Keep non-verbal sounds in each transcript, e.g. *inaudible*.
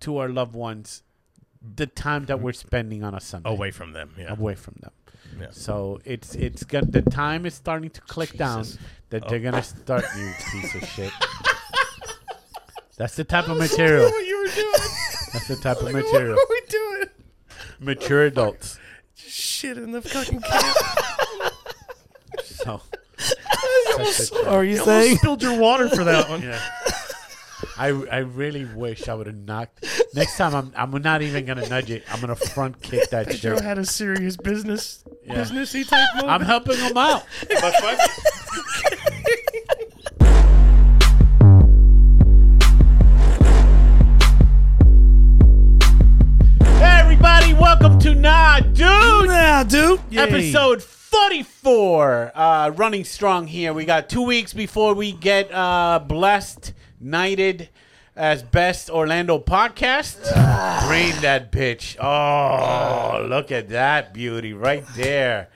to our loved ones the time that we're spending on a Sunday away from them. Oh, Yeah. away from them. Yeah. So it's it's got the time is starting to click down Jesus. that Oh. they're gonna start you piece of *laughs* shit. That's the type of material. what you were doing. That's the type of Like, material. *laughs* What are we doing? Mature adults. Shit in the fucking can. *laughs* So Are you You saying? almost *laughs* spilled your water for that one. yeah. I, I really wish I would have knocked. Next time I'm I'm not even gonna nudge it. I'm gonna front kick that Pedro shit. had a serious business, Yeah. businessy type moment. I'm helping him out. Hey everybody, welcome to Nah *laughs* Dude. Nah, dude. episode 44 uh, running strong here we got two weeks before we get uh, blessed knighted as best orlando podcast green that bitch oh look at that beauty right there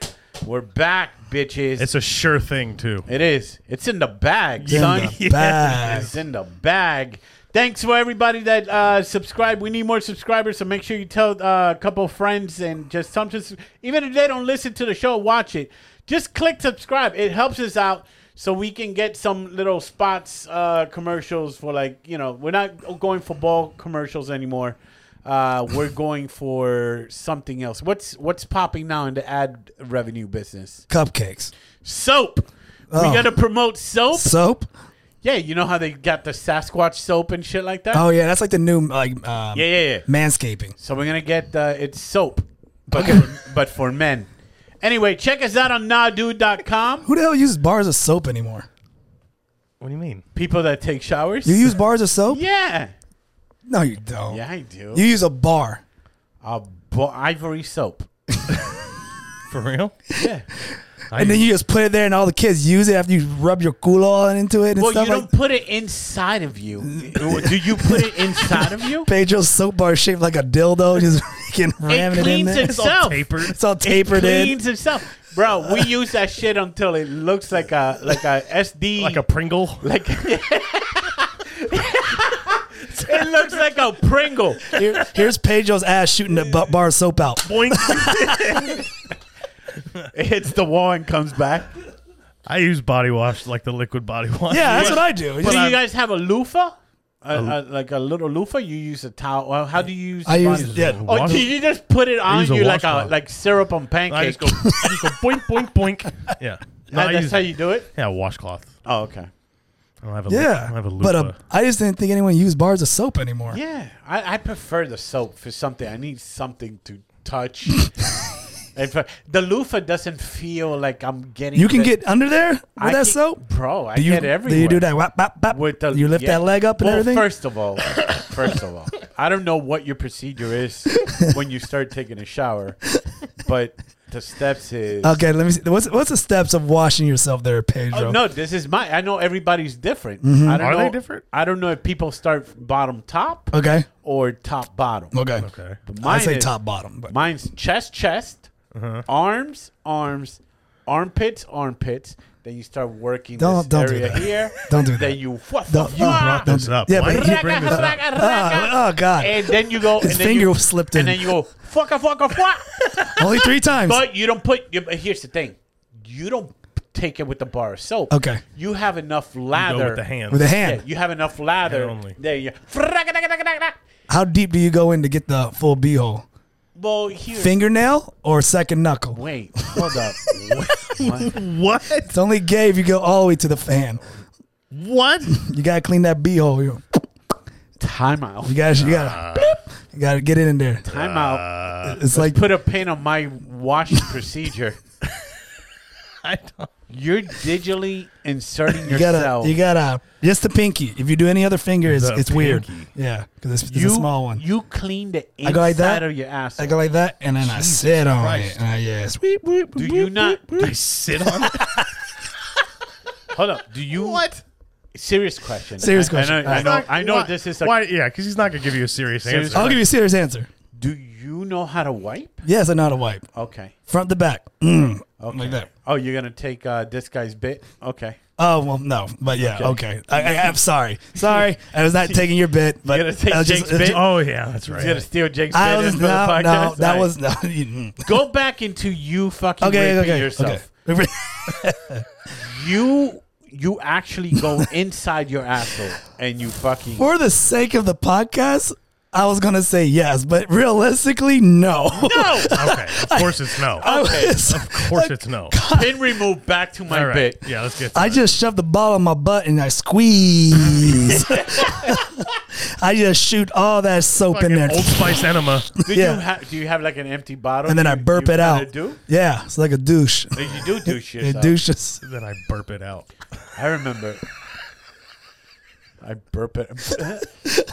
we're back bitches It's a sure thing too. it is it's in the bag *laughs* In son the bag. it's in the bag Thanks for everybody that uh, subscribe. We need more subscribers, so make sure you tell uh, a couple friends and just some just even if they don't listen to the show, watch it. Just click subscribe. It helps us out so we can get some little spots, uh, commercials for like you know we're not going for ball commercials anymore. Uh, we're going for something else. What's what's popping now in the ad revenue business? Cupcakes. Soap. We Oh. gotta promote soap. Soap. Yeah, you know how they got the Sasquatch soap and shit like that. Oh yeah, that's like the new like um, Yeah, yeah, yeah. manscaping. So we're gonna get uh, it's soap, but for, but for men. Anyway, check us out on nahdude.com. Who the hell uses bars of soap anymore? What do you mean? People that take showers. You use bars of soap? yeah, No, you don't. yeah, I do. You use a bar. A bo- ivory soap. For *laughs* real? *laughs* Yeah. I, And then you just put it there, and all the kids use it after you rub your cool all into it and Well, you stuff like don't put it inside of *laughs* you. do you put it inside of you? Pedro's soap bar shaped like a dildo, *laughs* just fucking It ramming it, in cleans there. itself. tapered. It's all tapered in. Cleans itself, bro. We use that shit until it looks like a like a SD *laughs* Like a Pringle. Like it looks like a Pringle. Here- here's Pedro's ass shooting the bu- bar of soap out. *laughs* It hits the wall and comes *laughs* back. I use body wash like the liquid body wash. Yeah, that's what I do. do I, you guys have a loofah? A, a, like a little loofah? You use a towel? Well, how do you use? use yeah. Oh, Wash- do you just put it on use a you like a washcloth. like syrup on *laughs* I pancakes? just go, *laughs* I just go boink, boink, boink. Yeah. No, That- I that's use, how you do it. yeah, washcloth. Oh, okay. I don't have a I Yeah, don't have a but uh, loofah. I just didn't think anyone used bars of soap anymore. Yeah, I, I prefer the soap for something. I need something to touch. *laughs* if I, the loofah doesn't feel like I'm getting, You can the- get under there with I can- that soap. bro. I Do you, get everywhere. do you do that? Whap, whap, whap? with the you lift yeah. that leg up and well, everything. First of all, *coughs* first of all, I don't know what your procedure *laughs* is when you start taking a shower, but the steps is okay, let me. See. What's what's the steps of washing yourself there, Pedro? Oh, no, this is my. I know everybody's different. Mm-hmm. I don't Are know, they different? I don't know if people start bottom top Okay. or top bottom. Okay. Okay. But I say is- top bottom, but Mine's chest, chest, Uh-huh. arms, arms, armpits, armpits. Then you start working Don't- this don't do area that. here. Don't do Then that. you Don't- you brought Brought this up. uh, Yeah, Why but did you bring this up? Ah, oh God! and then you go *laughs* His and then finger you, slipped and in. then you go fuck a fuck a fuck Only three times. but you don't put you, here's the thing you don't take it with the bar of soap Okay. you have enough Go lather with the hand. with a Yeah, hand. you have enough lather Hand only. there you How deep do you go in to get the full beehole? *laughs* well here Fingernail or second knuckle? wait hold up What? It's only gay if you go all the way to the fan. *laughs* What? You gotta clean that beehole. You, time out you gotta, you Ah. gotta, you gotta get it in there. time out Uh, It's like put a pin on my washing procedure I don't. you're digitally inserting you yourself gotta, you gotta, just the pinky. If you do any other finger, it's, The it's weird. pinky. Yeah, because it's, it's you a small one. you clean the I inside go like that? of your ass I go like that, and then I sit on Christ. it. Uh, yeah, do you *laughs* not *laughs* I sit on it. hold up do you *laughs* What? Serious question. Serious I- I know- question. I know. I know, Why- this is a why. Yeah, because he's not gonna give you a serious Serious- answer. I'll give you a serious answer. Do you know how to wipe? Yes, I know how to wipe. Okay. Front to back. Mm. Okay. Like that. Oh, you're gonna take uh, this guy's bit? Okay. Oh well, no, but yeah, okay. I, I, I'm sorry, sorry. I *laughs* was not taking your bit, but gonna take I was Jake's bit? Oh yeah, that's He's gonna right. steal Jake's I bit was in for the no, podcast. no, that All was right. no. *laughs* mm. Go back into you fucking okay, raping okay, yourself. okay. You you actually *laughs* go inside your asshole and you fucking *laughs* For the sake of the podcast, I was gonna say yes, but realistically, no. *laughs* no. Oh, Okay, of course it's no. Of *laughs* I was- course it's no. Pin remove back to my All right. bit. Yeah, let's get. To I that. just shoved the ball on my butt and I squeeze. I just shoot all that soap fucking in there, Old Spice enema. Did Yeah. you ha- do you have like an empty bottle? and then I you- burp you it kinda out. Do? Yeah, it's like a douche. You do douche It yourself. douches. Then I burp it out. I remember. I burp it. *laughs* Is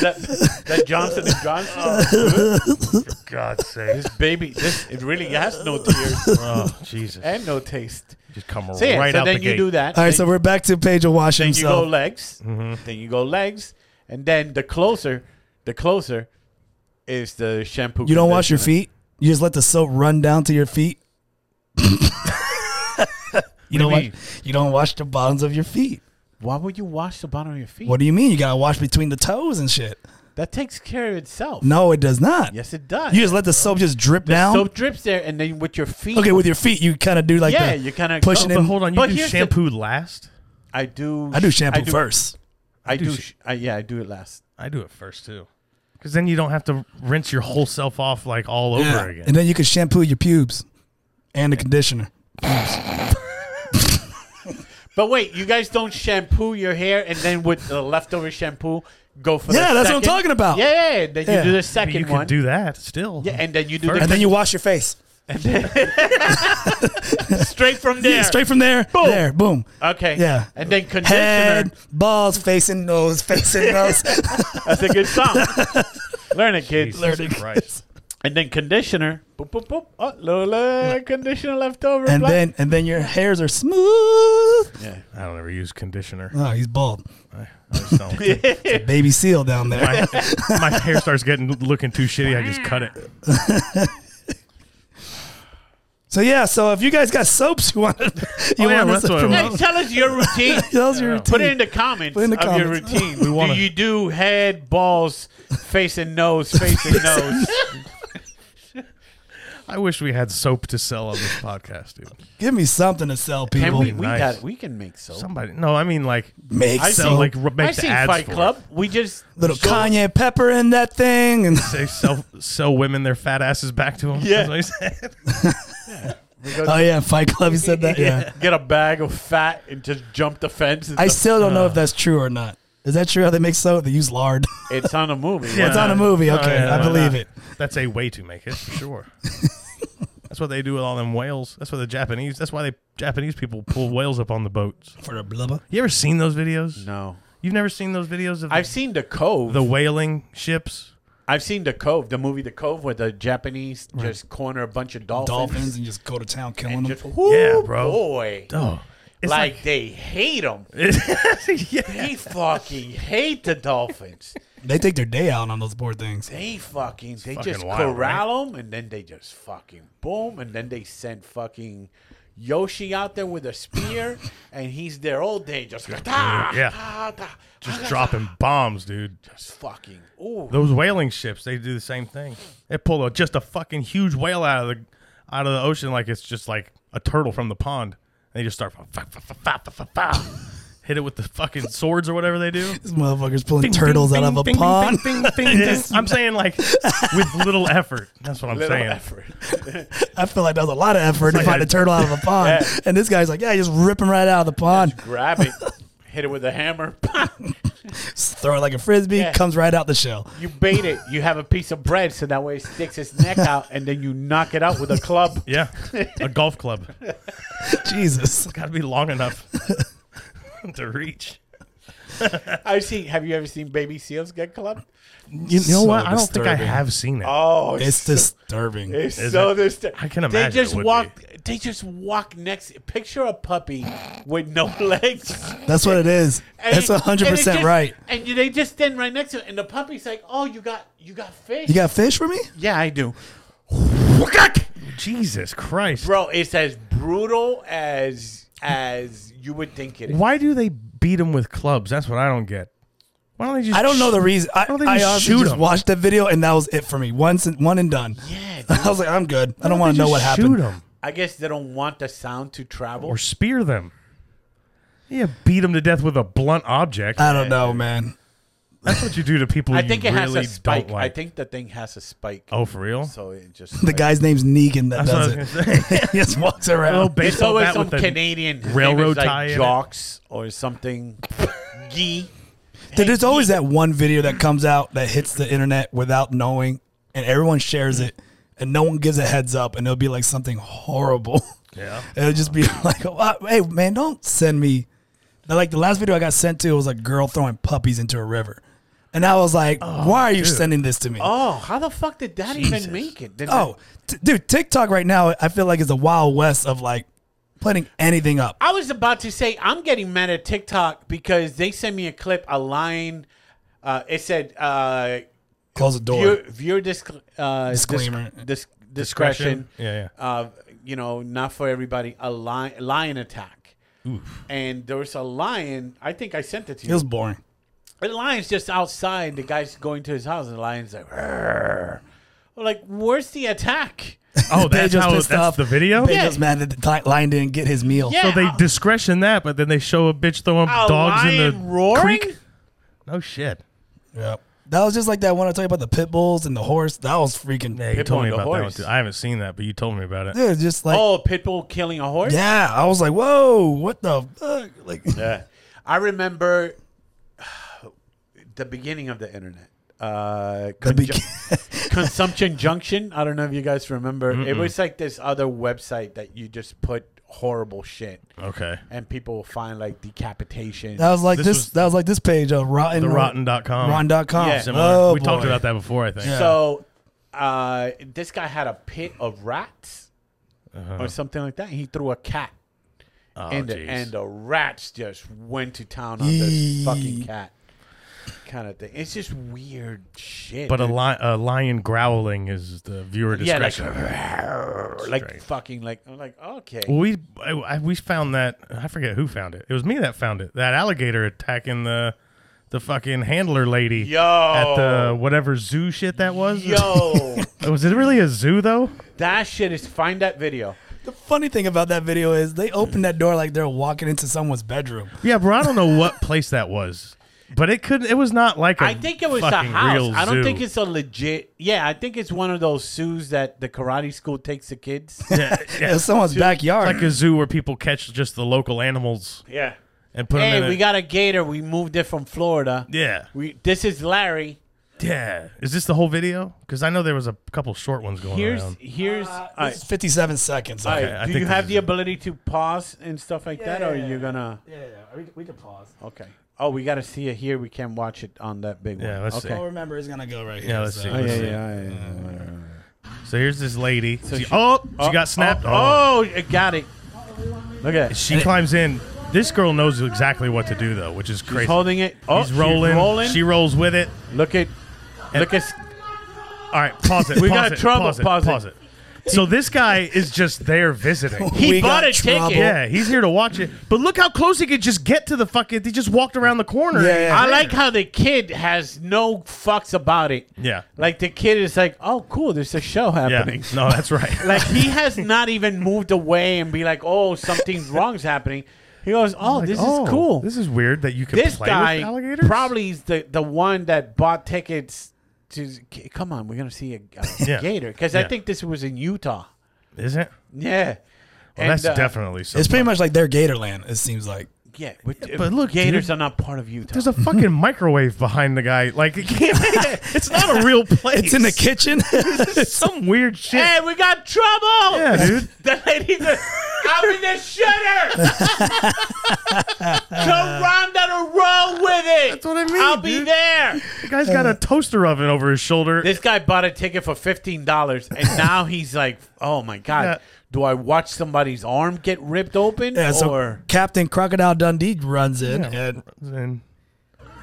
that, is that Johnson and Johnson? Uh. God's sake. *laughs* This baby, this it really has no tears Oh Jesus! and no taste. Just come So, yeah, right so out then the you gate. do that. All right, then, so we're back to Pedro washing then you go himself. legs. Then you go legs, and then the closer, the closer, is the shampoo. You don't wash your conditioner. feet. You just let the soap run down to *laughs* your feet. you do don't you wash, mean? you don't wash the bottoms of your feet. Why would you wash the bottom of your feet? What do you mean? You gotta wash between the toes and shit. That takes care of itself. No, it does not. Yes, it does. You just let the soap just drip down. soap drips there, and then with your feet. okay, with your feet, you kind of do like yeah, the- you kind of pushing But in- hold on, you But do here's the- shampoo last. I do. I do shampoo I do, first. I do. do sh- I, yeah, I do it last. I do it first too, because then you don't have to rinse your whole self off like all over Yeah. again. And then you can shampoo your pubes and the conditioner. But wait, you guys don't shampoo your hair and then with the leftover shampoo go for Yeah, the that's what second- I'm talking about. Yeah, yeah, yeah. Then Yeah. you do the But you second can one. do that still. yeah, and then you do First. And the then you wash your face. *laughs* straight from there. Yeah, straight from there. Boom. There, boom. Okay. Yeah. And then conditioner. Head, balls, facing nose, facing nose. That's a *laughs* good song. Learn it, kids. Jesus Learning. Christ. And then conditioner. Boop boop boop. Oh, little leg conditioner left over. and blah. then and then your hairs are smooth. Yeah. I don't ever use conditioner. Oh, he's bald. I, I *laughs* just don't. Baby seal down there. my, my hair starts getting looking too shitty. I just cut it. So yeah, so if you guys got soaps you want *laughs* you yeah, want us that's to what it *laughs* Hey, promote, tell us your *laughs* routine. tell us your Put it routine. in the comments Put it in the of comments. your routine. wanna- Do you do head, balls, face and nose, face *laughs* and nose? I wish we had soap to sell on this podcast, dude. Give me something to sell And people. we, Ooh, we nice. got we can make soap. Somebody. No, I mean like Make I soap. see, like r- I make the seen ads Fight for Club. it. We just little show- Kanye Pepper in that thing and *laughs* They sell sell women their fat asses back to them. Yeah. That's what he said. we go Oh yeah, Fight Club, you said *laughs* that? Yeah. Get a bag of fat and just jump the fence. and *laughs* I stuff. still don't know Uh. if that's true or not. Is that true how they make soap? They use lard. *laughs* it's on a movie. Yeah. Why it's on a not? movie. Oh, Okay. yeah, I why believe not? it. That's a way to make it *laughs* for sure. that's what they do with all them whales. That's what the Japanese. That's why they Japanese people pull whales up on the boats. For the blubber. You ever seen those videos? No, You've never seen those videos of I've seen the Cove. the whaling ships. I've seen the Cove, the movie The Cove, where the Japanese just corner a bunch of dolphins, Dolphins and just go to town killing and them. just whoo Yeah, bro. boy, Oh, it's like, they hate them. yeah. They fucking hate the *laughs* dolphins. They take their day out on those poor things. *laughs* They fucking they fucking just wild, right? corral them, and then they just fucking boom, and then they send fucking Yoshi out there with a *coughs* spear, and he's there all day just Yeah. just just dropping bombs, dude. just fucking ooh. Those whaling ships, they do the same thing. They pull a, just a fucking huge whale out of the out of the ocean like it's just like a turtle from the pond. And they just start fa- fa- fa- fa- fa- fa- fa- fa. hit it with the fucking swords or whatever they do. These motherfuckers pulling turtles out of a Bing, bing, pond. bing, bing, bing, *laughs* bing. I'm saying like with little effort. That's what I'm Little saying. effort. *laughs* I feel like that was a lot of effort to like find a- a turtle *laughs* out of a pond. Yeah. And this guy's like, yeah, just rip him right out of the pond, Grab *laughs* it, hit it with a hammer. Just throw it like a frisbee, Yeah. comes right out the shell. *laughs* you bait it. You have a piece of bread, so that way it sticks its neck out, and then you knock it out with a *laughs* club. *laughs* Yeah. A golf club. Jesus. *laughs* Gotta be long enough to reach. I've seen. Have you ever seen baby seals get clubbed? You know So what? I don't think I disturbing. have seen it. Oh, It's disturbing. It's Is so it? disturbing. I can imagine They just it would walk. They just walk next. Picture a puppy with no *laughs* legs. That's what it is. And- That's hundred and it's percent just- right. And they just stand right next to it, and the puppy's like, "Oh, you got you got fish." You got fish for me? yeah, I do, Jesus Christ. bro. It's as brutal as as you would think it is. Why do they beat him with clubs? That's what I don't get. Why don't they just I don't know the reason. I, don't they I just honestly shoot just 'em? watched that video and that was it for me. Once and one and done. Yeah, dude. *laughs* I was like, I'm good. I don't want to know what Shoot happened. them I guess they don't want the sound to travel. or spear them. Yeah, beat them to death with a blunt object. I don't know, man. That's what you do to people I think you it has really a spike. don't like. I think the thing has a spike. oh, for real? so it just The guy's name's Negan that That's what I was Oh, does going it. to *laughs* say. *laughs* he just walks *laughs* Little around. It's baseball always bat some with a Canadian His name is railroad like tie in it. jocks or something. Gee, Dude, there's always that one video that comes out that hits the internet without knowing, and everyone shares it, and no one gives a heads up, and it'll be like something horrible. Yeah. *laughs* It'll just be like, "Oh, hey, man, don't send me. Like the last video I got sent to was a girl throwing puppies into a river. And I was like, Oh, why are you sending this to me? Oh, oh, how the fuck did that even make it? Did t- dude, TikTok right now, I feel like it's a wild west of like putting anything up. I was about to say I'm getting mad at TikTok because they sent me a clip, a line. Uh, it said, uh, Close the door. "Viewer, viewer disc- uh, disc- Disclaimer. dis- discretion." Yeah, yeah. Uh, you know, not for everybody. A lion, lion attack. And there was a lion. I think I sent it to it you. was boring. The lion's just outside. The guy's going to his house, and the lion's like, "Rrr." I'm like, where's the attack? Oh, They that's just how pissed that's off. the video? They Yeah. just mad that the ti- lion didn't get his meal. Yeah. So *laughs* they discretion that, but then they show a bitch throwing A dogs in the lion roaring? creek. No shit. Yep. That was just like that one I told you about the pit bulls and the horse. That was freaking. Yeah, you Pitbull told me and the about that one horse. too. I haven't seen that, but you told me about it. Dude, just like, Oh, a pit bull killing a horse. yeah. I was like, whoa, what the fuck? Like, *laughs* Yeah. I remember *sighs* the beginning of the internet. Uh, the conju- begin- Consumption Junction. I don't know if you guys remember. It was like this other website that you just put horrible shit, Okay. and people will find like decapitation. *laughs* That was like this. This was- that was like this page of rotten. The rotten.com. Rotten.com. Yeah. Similar. Oh, we talked boy. about that before, I think. Yeah. So uh, this guy had a pit of rats Uh-huh. or something like that. He threw a cat. Oh, and, the, jeez. and the rats just went to town on Yee. this fucking cat kind of thing. It's just weird shit. But a, dude. li- a lion growling is the viewer yeah, like, *laughs* discretion. like Strange. fucking like I'm like okay. Well, we I, I- we found that I forget who found it. It was me that found it. That alligator attacking the the fucking handler lady Yo. at the whatever zoo shit that was. Yo, was it really a zoo though? that shit is find that video. The funny thing about that video is they opened that door like they're walking into someone's bedroom. Yeah, bro. I don't know what place that was, but it couldn't. It was not like I I think it was a house. I don't think it's a legit. Yeah, I think it's one of those zoos that the karate school takes the *laughs* kids. yeah, yeah. It's someone's backyard. like a zoo where people catch just the local animals yeah. and put them Hey, in. we a, got a gator. We moved it from Florida. yeah, We this is Larry. yeah. Is this the whole video? Because I know there was a couple short ones going Here's around. here's. Uh, all right. It's 57 seconds. All right, I Do you think this have is the it. ability to pause and stuff like that, or are you gonna? Yeah, yeah. We, we can pause. Okay. Oh, we got to see it here. We can't watch it on that big Yeah, one. let's okay. see. Oh, remember, it's going to go right here. Yeah, let's see. Oh, yeah, Let's yeah, see. yeah, yeah, yeah. So here's this lady. she, she- oh, she got snapped. Oh, Uh, Oh, it got it. Look at it. she climbs in. This girl knows exactly what to do though, which is crazy. She's holding it. Oh, He's rolling. She's rolling. She rolls with it. look at. Look at. All right, pause *laughs* it. We pause got it, trouble. Pause it. Pause Pause it. it. So this guy is just *laughs* there visiting. He We bought got a ticket. trouble. Yeah, he's here to watch it. But look how close he could just get to the fucking. He just walked around the corner. Yeah, and he's yeah. I there. like how the kid has no fucks about it. Yeah. Like the kid is like, oh, cool. There's a show Yeah. happening. No, that's right. *laughs* Like *laughs* he has not even moved away and be like, oh, *laughs* something wrong's happening. He goes, oh, Like, this oh, is cool. This is weird that you can this play with guy alligators. probably is the, the one that bought tickets to c- come on we're gonna see a, a *laughs* Yeah. gator because i Yeah. think this was in utah is it. yeah Well, And, that's uh, definitely so. It's pretty much like their Gatorland, it seems like. yeah but, but look look, gators dude. are not part of utah There's a fucking microwave behind the guy. Like, it can't be- it's not a real place. It's in *laughs* the kitchen. *laughs* Eh. It's some weird shit. hey we got trouble Yeah, dude. *laughs* the lady I'm in the shitter. *laughs* Go round on a roll with it. That's what I mean, I'll be dude. there. The guy's got a toaster oven over his shoulder. This guy bought a ticket for fifteen dollars, *laughs* and now he's like, "Oh my god, Yeah. do I watch somebody's arm get ripped open?" Yeah, so or Captain Crocodile Dundee runs in and, and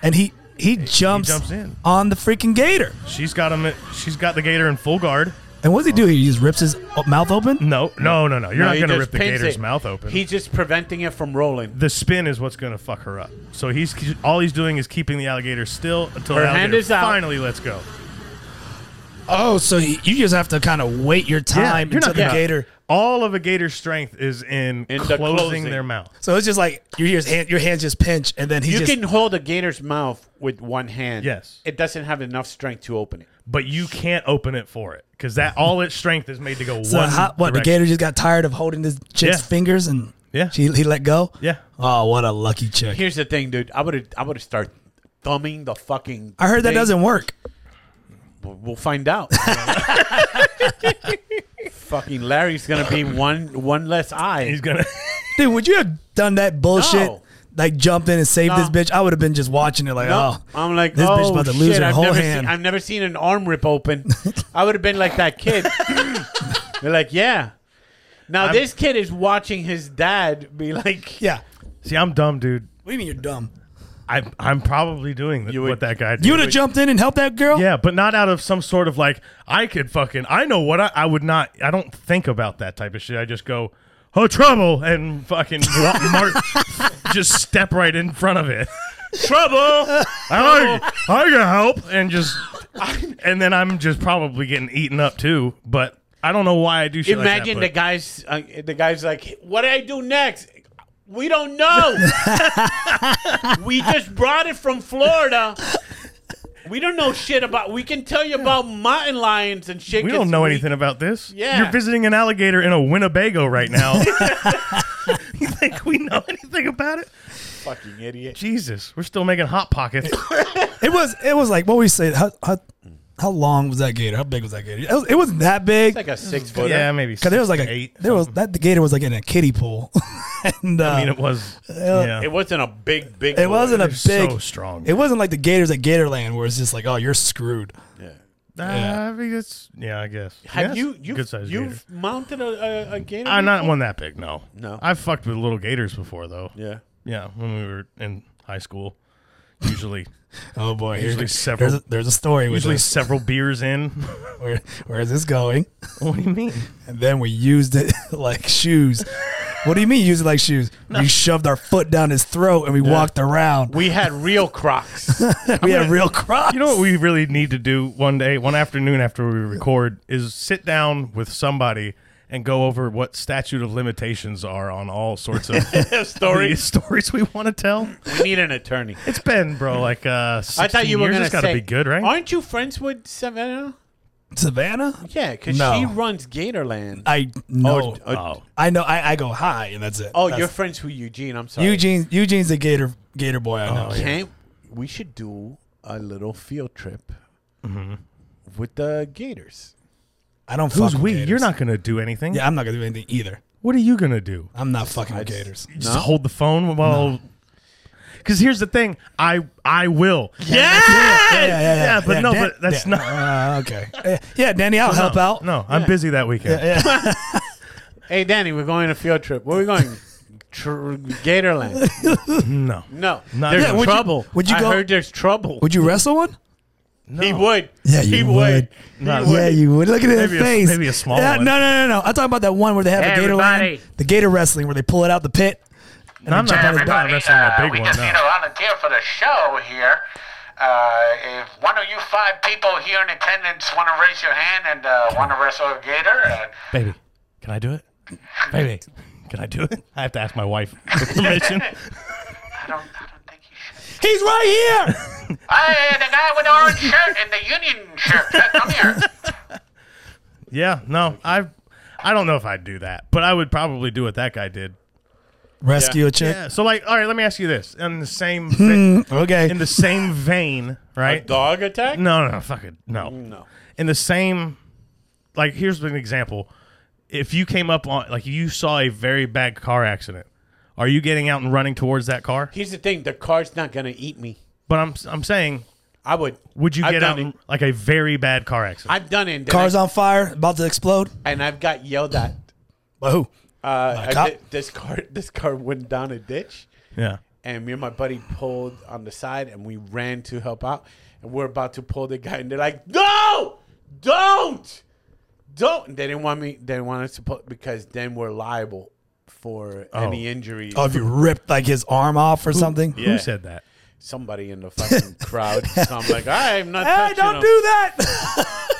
and he he jumps, jumps in. on the freaking gator. she's got him. at- She's got the gator in full guard. And what does he do? He just rips his o- mouth open. No, no, no, no. You're No, not he gonna just rip the pins gator's it. mouth open. He's just preventing it from rolling. the spin is what's gonna fuck her up. So he's all he's doing is keeping the alligator still until Her the hand alligator is out. finally lets go. Oh, so you you just have to kind of wait your time you're not until the gonna- gator. All of a gator's strength is in, In the closing, closing. their mouth. So it's just like your ears, hand, your hands just pinch, and then he You just can hold a gator's mouth with one hand. Yes. it doesn't have enough strength to open it. But you can't open it for it because that all its strength is made to go So one. how, what the direction. gator just got tired of holding his chick's Yeah. fingers and Yeah. she, he let go. Yeah. Oh, what a lucky chick! Here's the thing, dude. I would have I would have start thumbing the fucking. I heard that thing. doesn't work. We'll we'll find *laughs* out. fucking Larry's gonna be one one less eye. He's gonna. *laughs* Dude, would you have done that bullshit? No. Like jumped in and saved No. this bitch. I would have been just watching it like, No, oh, I'm like, this oh bitch about to shit! lose her I've whole never hand. seen I've never seen an arm rip *laughs* open. I would have been like that kid. They're like, yeah. Now I'm- this kid is watching his dad be like, yeah. See, I'm dumb, dude. What do you mean you're dumb? I'm I'm probably doing th- You would- what that guy did. You would have jumped in and helped that girl. yeah, but not out of some sort of like I could fucking I know what I, I would not I don't think about that type of shit. I just go, oh trouble, and fucking walk, *laughs* march, just step right in front of it. *laughs* trouble. I I can help, and just and then I'm just probably getting eaten up too. But I don't know why I do shit. imagine the like that, guys. Uh, the guys like, what do I do next? We don't *laughs* know. we just brought it from Florida. We don't know shit about. We can tell you about mountain lions and shit. but we 'cause don't know anything about this. Yeah. you're visiting an alligator in a Winnebago *laughs* right now. you think we know anything about it? Fucking idiot. Jesus, we're still making *laughs* hot pockets. It was it was like what we say. How, how how long was that gator? How big was that gator? It, was, it wasn't that big. It's like a six footer. yeah, maybe. Cause there was like six a to eight. there was that the gator was like in a kiddie pool, *laughs* and uh, I mean, it was. yeah. It wasn't a big, big. It wasn't a They're big. so strong. It wasn't like the Gators at Gatorland where it's just like, oh, you're screwed. Yeah. Uh, I mean, it's. Yeah, I guess. Have Yeah, you it's a you good size gator. you've mounted a, a, a gator? I'm not one that big. No. No. I've fucked with little gators before though. Yeah. Yeah, when we were in high school, usually, Oh boy, here's- Usually several- There's a, there's a story with usually this. several beers in. *laughs* Where, where is this going? what do you mean? And then we used it *laughs* like shoes. what do you mean use it like shoes? We shoved our foot down his throat and we *laughs* walked around. We had real Crocs. we had real crocs. You know what we really need to do one day, one afternoon after we record, is sit down with somebody and go over what statute of limitations are on all *laughs* sorts of Stories. stories we want to tell. we need an attorney. It's been, bro, like uh, 16 I thought you were years. gonna It's got to say, be good, right? Aren't you friends with Savannah? Savannah? Yeah, because No. she runs Gatorland. I know. Oh, oh, I know. I, I go hi and that's it. oh, That's- you're friends with Eugene. I'm sorry. Eugene. Eugene's the Gator Gator boy. Oh, I know. Can't we should do a little field trip Mm-hmm. with the Gators? I don't. who's fuck with we? Gators. You're not gonna do anything. Yeah, I'm not gonna do anything either. What are you gonna do? I'm not fucking *laughs* with Gators. Just hold the phone while. Because here's the thing, I I will. Yeah, yeah, yeah, yeah, yeah. but Yeah, no, Dan- but that's yeah. *laughs* not. Uh, okay. Yeah, Yeah, Danny, I'll help no, out. No, I'm busy that weekend. Hey, Danny, we're going on a field trip. Where are we going? Tr- Gatorland. No, No, Not- there's Yeah, would you- trouble. would you I go- heard there's trouble. Would you wrestle one? no. He would. Yeah, he you would. would. He No. would. Yeah, you would. Look at that Maybe a- face. maybe a small yeah, one. No, no, no, no. I'm talking about that one where they have Hey, a gator everybody. land, the gator wrestling, where they pull it out the pit. No, I'm not, I'm not Everybody, wrestling a uh, big we one. just no. need a volunteer for the show here. Uh, if one of you five people here in attendance want to raise your hand and uh, want to wrestle a gator, uh, Baby, can I do it? Baby, can I do it? I have to ask my wife *laughs* for permission. I don't, I don't think you should. He's right *laughs* here. Hey, the guy with the orange shirt and the union shirt, uh, come here. yeah, no, I I don't know if I'd do that, but I would probably do what that guy did. Rescue a chick. Yeah. So like, all right, let me ask you this: in the same *laughs* ve- Okay. in the same vein, right? Dog attack? No, no, no, fuck it, no. No. In the same, like, here's an example: if you came up on like you saw a very bad car accident, are you getting out and running towards that car? Here's the thing: the car's not gonna eat me. But I'm I'm saying, I would. would you I've get done out it. and, like a very bad car accident? I've done it. and then Car's I- on fire, about to explode. and I've got yelled at. By who? Uh, I cop? did- this car, *laughs* this car went down a ditch, yeah. and me and my buddy pulled on the side, and we ran to help out. And we're about to pull the guy, and they're like, "No, don't, don't." And they didn't want me. They didn't want us to pull because then we're liable for any injuries. Oh, if you ripped like his arm off or something. Yeah. Who said that? Somebody in the *laughs* fucking crowd. So I'm like, I'm not. Hey, touching don't him." do that. *laughs*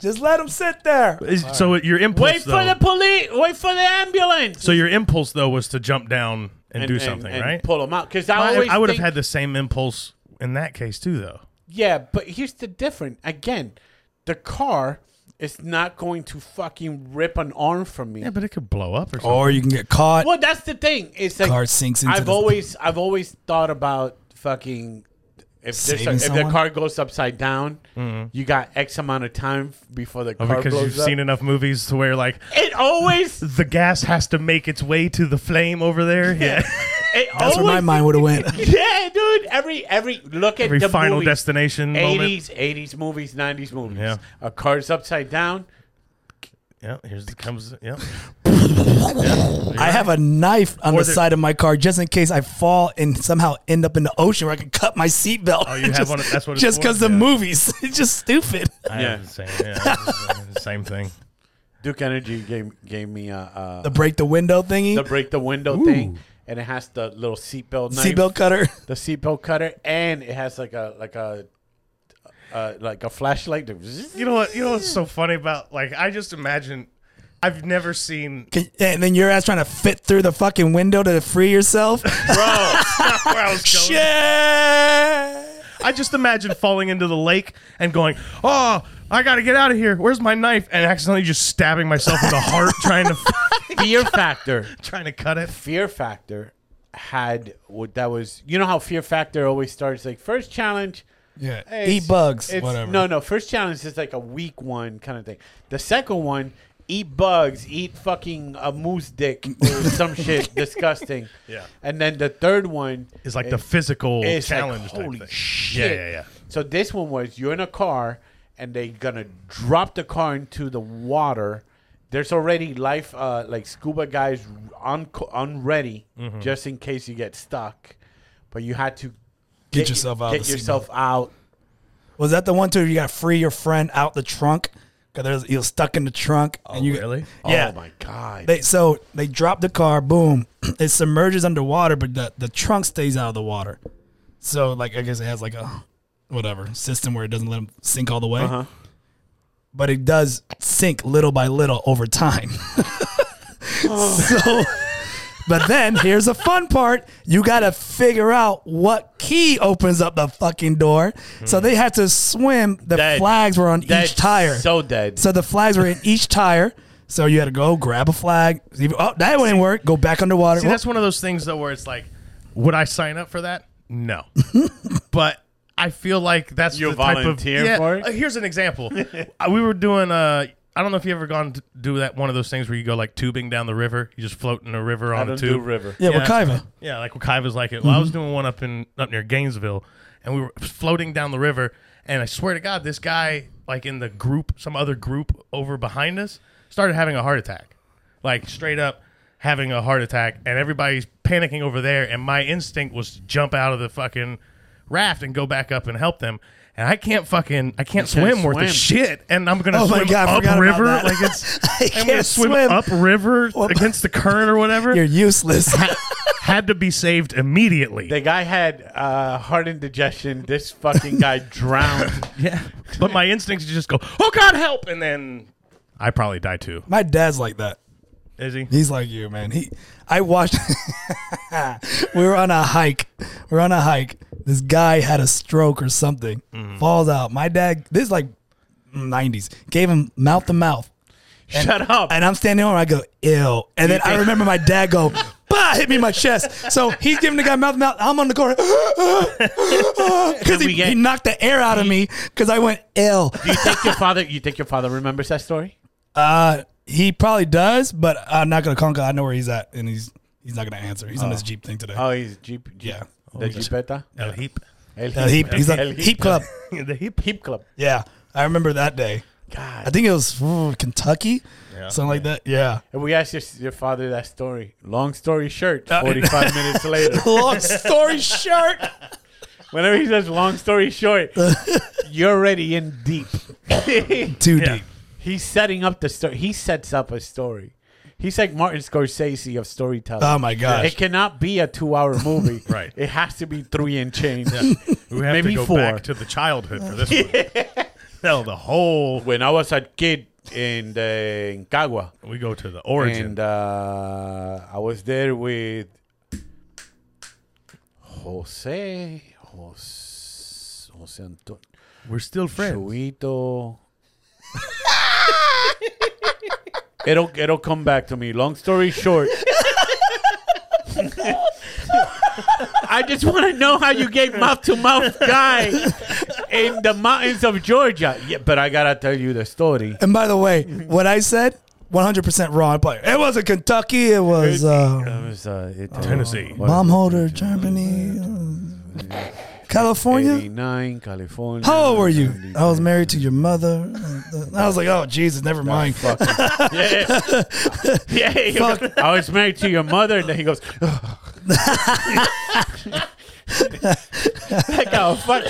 Just let him sit there. Is, So your impulse Wait for though, the police. Wait for the ambulance. so your impulse though was to jump down and, do something, and right? Pull them out because I, I, always I would have think- had the same impulse in that case too, though. Yeah, but here's the difference. Again, the car is not going to fucking rip an arm from me. Yeah, but it could blow up or something. Or you can get caught. Well, that's the thing. It's like Car sinks into I've the- always, I've always thought about fucking. If, there's Saving a, if the someone? car goes upside down, you got X amount of time before the Mm-hmm. Oh, car because blows you've up. seen enough movies to where like It always, *laughs* the gas has to make its way to the flame over there. Yeah. *laughs* it That's always. where my mind would have went. *laughs* *laughs* yeah, dude. Every every look at Every the final movies. destination moment. 80s, 80s movies, 90s movies. Yeah. A car's upside down. Yeah, here's the comes. Yeah. I have a knife on Or the there- side of my car just in case I fall and somehow end up in the ocean where I can cut my seatbelt. Oh, you have one- that's what it's Just for? because the Yeah. movies. *laughs* It's just stupid. I Yeah. have the same. Yeah, I have the same thing. Duke Energy gave gave me a uh, The break the window thingy, the break the window thing, and it has the little seatbelt knife, seatbelt cutter. *laughs* the seatbelt cutter, and it has like a like a uh, like a flashlight. that *laughs* zzz- You know what? You know what's so funny about like I just imagine I've never seen Can- And then your ass trying to fit through the fucking window to free *laughs* yourself. bro where I was going. Shit. That's I just imagine falling into the lake and going, "Oh, I got to get out of here. Where's my knife?" and accidentally just stabbing myself in *laughs* the heart trying to Fear Factor, trying to cut it. Fear Factor had what that was. You know how Fear Factor always starts like first challenge. Yeah. eh, Eat it's- bugs, it's- whatever. No, no. First challenge is like a week one kind of thing. The second one, eat bugs, eat fucking a moose dick or some shit disgusting. Yeah. And then the third one It's like eh, the physical it's like, challenge type holy thing. shit. Yeah, yeah, yeah. So this one was you're in a car and they gonna drop the car into the water. There's already life uh, like scuba guys on on ready Mm-hmm. just in case you get stuck, but you had to Get yourself out of Get the yourself out. Was that the one too? You got to free your friend out the trunk because you're stuck in the trunk. Oh, and you, really? Yeah. Oh my god. They so they drop the car, boom, *clears throat* it submerges underwater, but the, the trunk stays out of the water. So like I guess it has like a whatever system where it doesn't let them sink all the way. But it does sink little by little over time. *laughs* so but then here's the fun part. You gotta figure out what key opens up the fucking door. So they had to swim. The That- flags were on each tire. So dead. So the flags were in each tire. So you had to go grab a flag. Oh, that wouldn't work. Go back underwater. See, that's one of those things though where it's like, would I sign up for that? *laughs* No. but I feel like that's You the type volunteer of yeah, for it? uh, Here's *laughs* an example. Uh, we were doing uh I don't know if you ever gone to do that one of those things where you go like tubing down the river, you just float in a river on I a don't tube. do river. yeah, Yeah, Wakaiva. Yeah, like Wakaiva's like it. Well, I Mm-hmm. was doing one up in up near Gainesville, and we were floating down the river. And I swear to God, this guy, like in the group, some other group over behind us, started having a heart attack, like straight up having a heart attack. And everybody's panicking over there. And my instinct was to jump out of the fucking raft and go back up and help them. And I can't fucking I can't, swim, worth a swim. shit. And I'm gonna Oh my swim God, I up forgot about river that. like it's *laughs* I I'm gonna can't swim, swim. up river against the current or whatever Oh, You're useless. *laughs* had to be saved immediately. The guy had uh, heart indigestion. This fucking *laughs* guy drowned. yeah. But my instincts just go, "Oh God, help!" And then I probably die too. My dad's like that. Is he? He's like you, man. He, I watched. *laughs* we were on a hike. We We're on a hike. This guy had a stroke or something. Mm. Falls out. My dad. This is like '90s. Gave him mouth to mouth. Shut up. And I'm standing over. I go ill. And then I remember my dad go. Bah, hit me in my chest. So he's giving the guy mouth to mouth. I'm on the *laughs* corner because we he, get- he knocked the air out of me because I went ill. do you think your father? You think your father remembers that story? Uh, He probably does, but I'm not gonna conk. I know where he's at, and he's he's not gonna answer. He's on this Jeep thing today. Oh, he's Jeep. Jeep Yeah. Oh, The Jeepeta. El heap. El Uh, heap, he's on El Heap Club. the heap. Heap Club. Yeah, I remember that day. God. I think it was ooh, Kentucky, something like that. Yeah. And we asked your, your father that story. Long story short, 45 minutes later. Long story short. Whenever he says long story short, you're already in deep. Too Yeah. deep. He's setting up the story. He sets up a story. He's like Martin Scorsese of storytelling. Oh my gosh. It cannot be a two-hour movie. Right. It has to be three and change. We have Maybe to go four. back to the childhood for this one. *laughs* Tell the whole. When I was a kid in the in Cagua, We go to the and origin. uh, I was there with Jose, Jose, Jose Antonio, We're still friends. Chuito. *laughs* it'll it'll come back to me. Long story short. I just want to know how you gave mouth to mouth guy in the mountains of Georgia. Yeah, but I gotta tell you the story. And by the way, what I said, 100% wrong. But It wasn't Kentucky. It was uh, It was, uh, it- Tennessee. what bomb is it? holder, Germany, uh, California. 89, California. How old were you? 90. I was married to your mother. I was like, oh, Jesus, never mind. Fuck. *laughs* *laughs* yeah. yeah. he goes, I was married to your mother. And then he goes, *laughs* like, how fuck.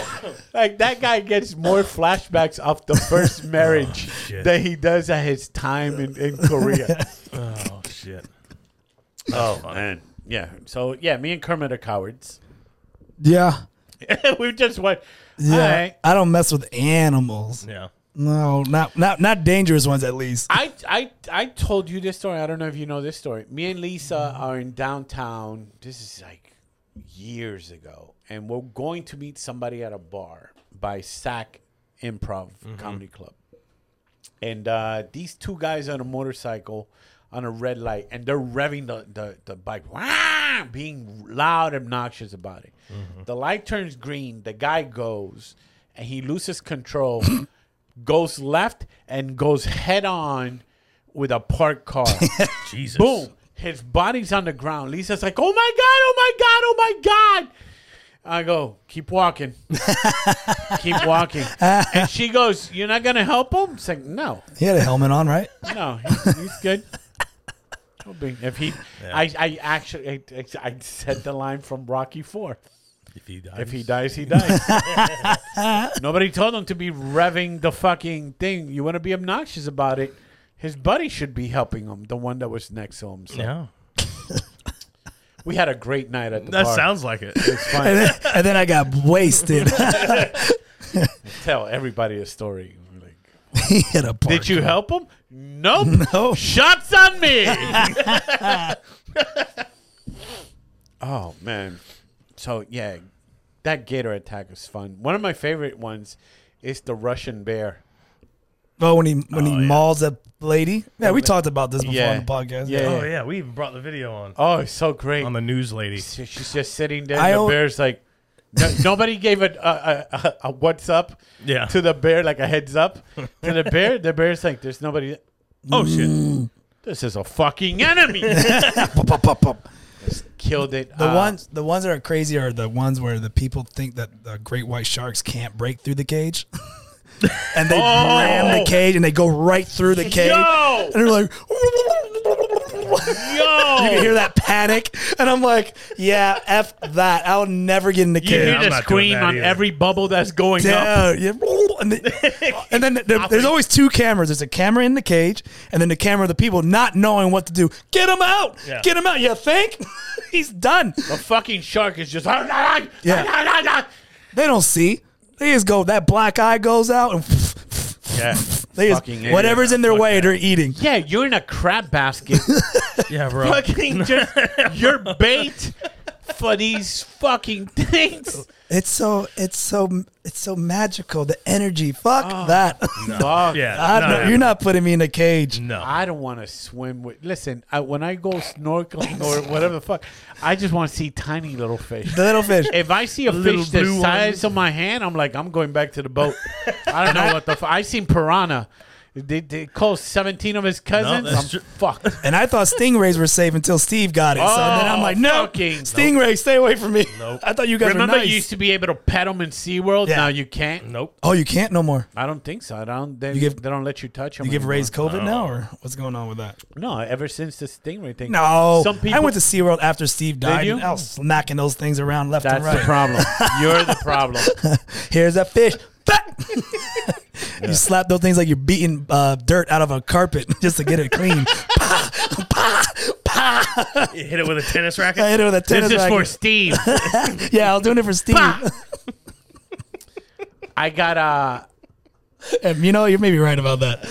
Like, that guy gets more flashbacks of the *laughs* Oh, first marriage shit. than he does at his time in, in *laughs* Korea. oh shit. oh, man. Yeah. So, yeah, me and Kermit are cowards. *laughs* Yeah. we just went, Yeah. all right. I don't mess with animals. Yeah. No, not not not dangerous ones, at least. I, I I told you this story. I don't know if you know this story. Me and Lisa are in downtown. This is like years ago, and we're going to meet somebody at a bar by Sack Improv Comedy Club. And uh, these two guys on a motorcycle on a red light, and they're revving the the, the bike, Wah! being loud, obnoxious about it. The light turns green. The guy goes, and he loses control. goes left and goes head on with a parked car. Jesus. Boom. His body's on the ground. Lisa's like, oh my God, oh my God, oh my God. I go, keep walking. keep walking. And she goes, you're not going to help him? It's like, no, He had a helmet on, right? no, he's, he's good. He'll be- If he, Yeah. I, I actually, I, I I said the line from Rocky Four. If he dies. If he dies, he *laughs* dies. Nobody told him to be revving the fucking thing. You want to be obnoxious about it. His buddy should be helping him, the one that was next to him. So Yeah. we had a great night at the That bar. sounds like *laughs* it. it's fine. *laughs* And then, and then I got wasted. *laughs* Tell everybody a story. We're like, he had a park. Did you help him? *laughs* Nope. No. Shots on me. *laughs* oh man. So yeah, that gator attack was fun. One of my favorite ones is the Russian bear. Oh, when he when Oh, he yeah. mauls that lady. Yeah, we talked about this before Yeah. on the podcast. Yeah. Oh yeah, we even brought the video on Oh, it's so great. on the news lady. So she's just sitting there. I and the al- bear's like, *laughs* no, nobody gave a, a, a, a what's up Yeah. to the bear, like a heads up to the bear. The bear's like, there's nobody. oh *laughs* shit. This is a fucking enemy. Pop, pop, pop, pop. Killed it. The Uh, ones the ones that are crazy are the ones where the people think that the great white sharks can't break through the cage. *laughs* *laughs* and they ram the cage and they go right through the cage. Yo! And they're like *laughs* You can Uh, Yo! hear that panic, and I'm like, "Yeah, f that. I'll never get in the You cage." hear I'm the not doing scream that on either. every bubble that's going up. down. Yeah. *laughs* And then, *laughs* and then there- there's always two cameras. There's a camera in the cage, and then the camera of the people not knowing what to do. Get him out! Yeah. Get him out! You think? *laughs* He's done. The fucking shark is just. "Ah, Yeah. They don't see. They just go. That black eye goes out, and *laughs* Yeah. *laughs* they just, Fucking idiot. whatever's in their Fuck way, that. they're eating. Yeah, you're in a crab *laughs* basket. Yeah, bro. fucking just. You're bait for these fucking things. It's so it's so it's so magical. The energy. Fuck Oh. *laughs* that. *laughs* Fuck. Yeah. I no, don't- no, you're not putting me in a cage. No. *laughs* I don't want to swim with. Listen, I, when I go snorkeling or whatever the fuck, I just want to see tiny little fish. The *laughs* little fish. If I see a Little fish the blue size of my hand, I'm like, I'm going back to the boat. I don't know what the fuck. I seen piranha. They, they call 17 of his cousins. that's I'm true. *laughs* fucked. And I thought stingrays were safe until Steve got it. so then I'm Oh, like, no, fucking- stingray, stay away from me. I thought you guys Remember, were nice. you used to be able to pet them in SeaWorld. Yeah. Now you can't. Nope. oh, you can't no more. I don't think so. I don't. They, You give- they don't let you touch them. You give Ray's COVID now, or what's going on with that? No, ever since the stingray thing. No, Some people. I went to SeaWorld after Steve died. you? And I was smacking those things around left That's and right. the problem. You're the problem. *laughs* Here's that fish. Bah! You slap those things like you're beating uh, dirt out of a carpet *laughs* just to get it clean. Pah, pah, pah. You hit it with a tennis I racket. hit it with a tennis This is for *laughs* racket. Steve. yeah, I was doing it for Steve. I got uh *laughs* And, you know, you may be right about that.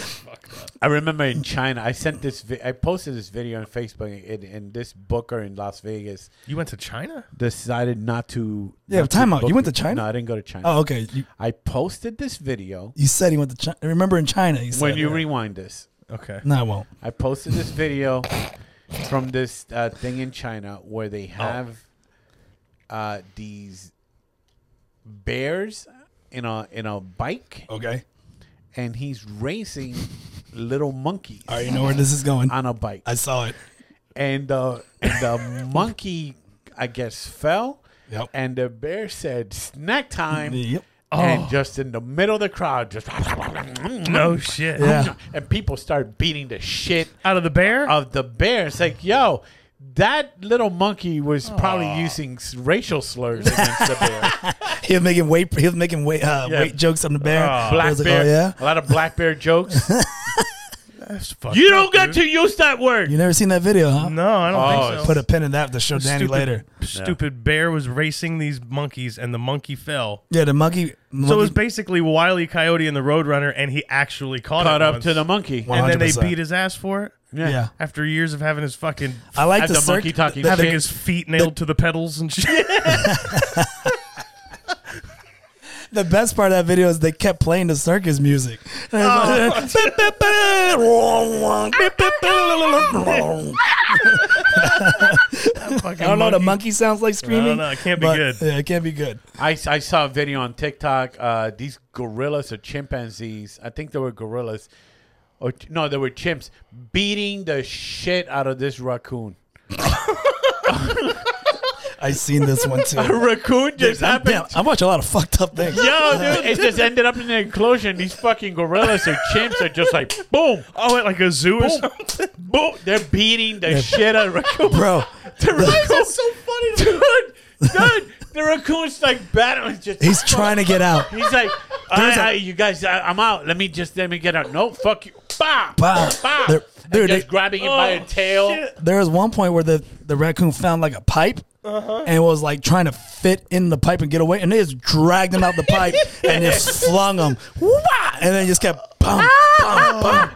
I remember in China, I sent this. Vi- I posted this video on Facebook, and, and this booker in Las Vegas You went to China? decided not to. Yeah, not but time to out. book You went me. to China? No, I didn't go to China. Oh, okay. You, I posted this video. you said he went to China. Remember in China, he said. When you rewind this, Okay. no, I won't. I posted this video from this uh, thing in China where they Oh. have uh, these bears in a in a bike, Okay. and he's racing little monkeys All right, you know where this is going. on a bike. I saw it. and the and *laughs* the monkey I guess fell. Yep. And the bear said snack time. Yep. Oh. And just in the middle of the crowd, just *laughs* No shit. Yeah. and people start beating the shit Out of the bear? of the bear. It's like, yo, that little monkey was probably using s- racial slurs against the *laughs* bear. He was making weight. He was making weight. Uh, Yeah. Ah, Weight jokes on the bear. Oh. I Black was like, bear, Oh yeah. a lot of black bear *laughs* jokes. That's fucked you don't up, get dude. to use that word. You never seen that video, huh? No, I don't Oh, think so. Put a pin in that to show Danny Stupid- later. Stupid bear was racing these monkeys, and the monkey fell. Yeah, the monkey. So it was monkey- basically Wile E. Coyote and the Roadrunner, and he actually caught, Caught it up once. to the monkey. Wow. And then they 100%. beat his ass for it Yeah. yeah. after years of having his fucking I like Had the, the circ- monkey talking the- shit. having his feet nailed to the pedals and *laughs* shit. The best part of that video is they kept playing the *laughs* circus music. *laughs* *laughs* I don't know. The monkey sounds like screaming. I don't know, it can't be but- good. Yeah, it can't be good. I, I saw a video on TikTok. Uh, these gorillas or chimpanzees, I think they were gorillas, or ch- no, they were chimps, beating the shit out of this raccoon. I seen this one *laughs* *laughs* too. A raccoon just happened. Damn, I watch a lot of fucked up things. Yo, dude, it just ended up in an enclosure, and these fucking gorillas or chimps are just like, boom, oh, at like a zoo or something. boom. They're beating the shit out of raccoon. Bro, The raccoon, so funny, dude. Dude, the raccoon's like battling. Just he's trying to get out. He's *laughs* like, all right, There's a- all right, you guys, I, I'm out. Let me just, let me get out. No, fuck you. Bah, Bah. bah. They're- And dude, just they- grabbing it by Oh, a tail. There was one point where the, the raccoon found like a pipe Uh-huh. and was like trying to fit in the pipe and get away, and they just dragged him out the *laughs* pipe and just flung him, Wah! and then just kept bum bum bum.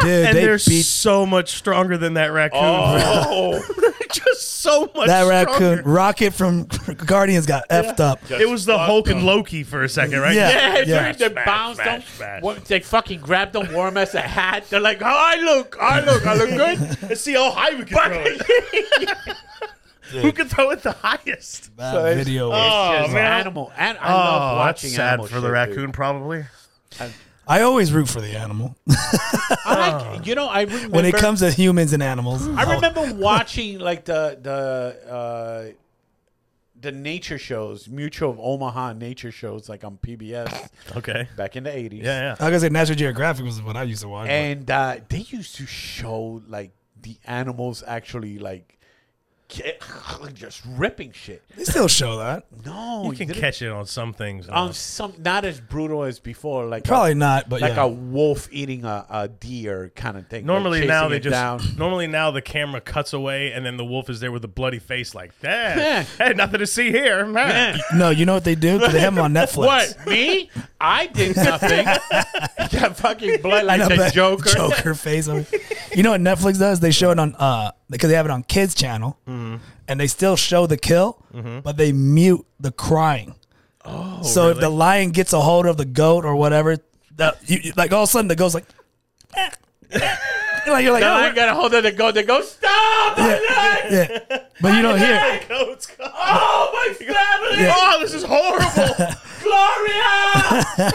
Dude, Ah, And they they're beat so much stronger than that raccoon. *laughs* Oh, Just so much that stronger. raccoon. Rocket from *laughs* Guardians got effed up. It was the Hulk and Loki for a second, right? Yeah. yeah, Yeah. dude, they Smash, bounced smash, them. smash. What- They fucking grabbed them warm as a hat. They're like, oh, I look, I look, I look good. *laughs* Let's see how high we can throw it. Who can throw it the highest? That So it's- video. Oh, Just man. Oh, animal. And I love watching animal for the shit, dude. raccoon, probably. I always root for the animal Oh. I like, you know, I remember when it comes to humans and animals. I *laughs* remember watching like the the uh, the nature shows, Mutual of Omaha nature shows, like on PBS Okay. back in the eighties. Yeah, yeah. I was gonna say National Geographic was what I used to watch. but- And uh, they used to show like the animals actually like ca- *laughs* just ripping shit. they still show that. No, You can didn't- catch it on some things. though. on some not as brutal as before. Like a- Probably not, but like yeah. a wolf eating a, a deer kind of thing. like normally now chasing they it just down. normally now the camera cuts away and then the wolf is there with a bloody face like that. Yeah. Hey, nothing to see here. man. *laughs* no, you know what they do? They have them on Netflix. *laughs* What me? I did nothing. that fucking blood like I know, the but- Joker. *laughs* Joker face. I mean, you know what Netflix does? They show it on uh because they have it on kids channel, Mm-hmm. and they still show the kill, but they mute the crying. Oh, so if the lion gets a hold of the goat or whatever, the, you, you- like all of a sudden the goat's like, *laughs* eh, eh. You're like you're *laughs* like, No, "Oh, I got a hold of the goat. They go, stop! my leg! yeah. but you don't hear. it. Goat's gone. Oh, my family! Oh, this is horrible.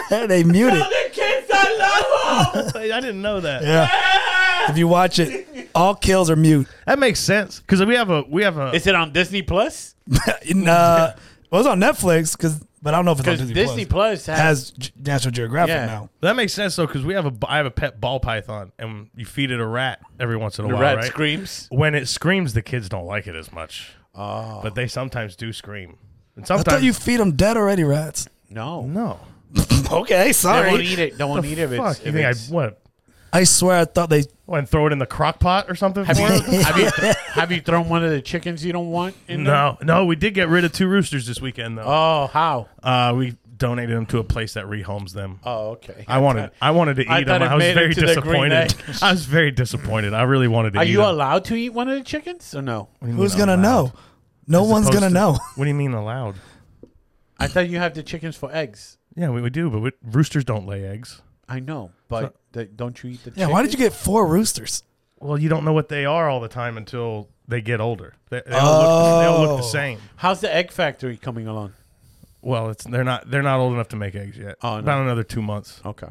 Gloria! *laughs* they mute it. *laughs* the kids are I didn't know that. Yeah. If you watch it, all kills are mute. That makes sense because we have a we have a Is it on Disney Plus? In, uh, well, it's on Netflix, cause, but I don't know if it's on Because Disney, Disney Plus. Plus, has, has G- National Geographic Yeah. now. that makes sense though because we have a I have a pet ball python and you feed it a rat every once in a the while rat right screams. when it screams the kids don't like it as much Ah. oh. but they sometimes do scream and I sometimes thought you feed them dead already, rats. No, no *laughs* okay, they won't sorry. eat it. They won't The eat it. If fuck it's, you if think I it's- what I swear I thought they. what, and throw it in the crock pot or something have, for you, it? *laughs* have, you, have you thrown one of the chickens you don't want? In there? no no we did get rid of two roosters this weekend though Oh, how? uh, we donated them to a place that rehomes them Oh, okay. I wanted, I wanted to eat I thought them. it I was made it very to the Green disappointed. *laughs* I was very disappointed. I really wanted to. Are eat you them. allowed to eat one of the chickens or no? Who's gonna know? No one's gonna Supposed to- *laughs* know. What do you mean allowed? I thought you have the chickens for eggs. Yeah, we, we do, but we, roosters don't lay eggs. I know, but the, don't you eat the? Yeah, why did you get four roosters? Well, you don't know what they are all the time until they get older. They, they, all, look, they all look the Oh. same. How's the egg factory coming along? Well, it's they're not they're not old enough to make eggs yet. Oh, no. About another two months. Okay.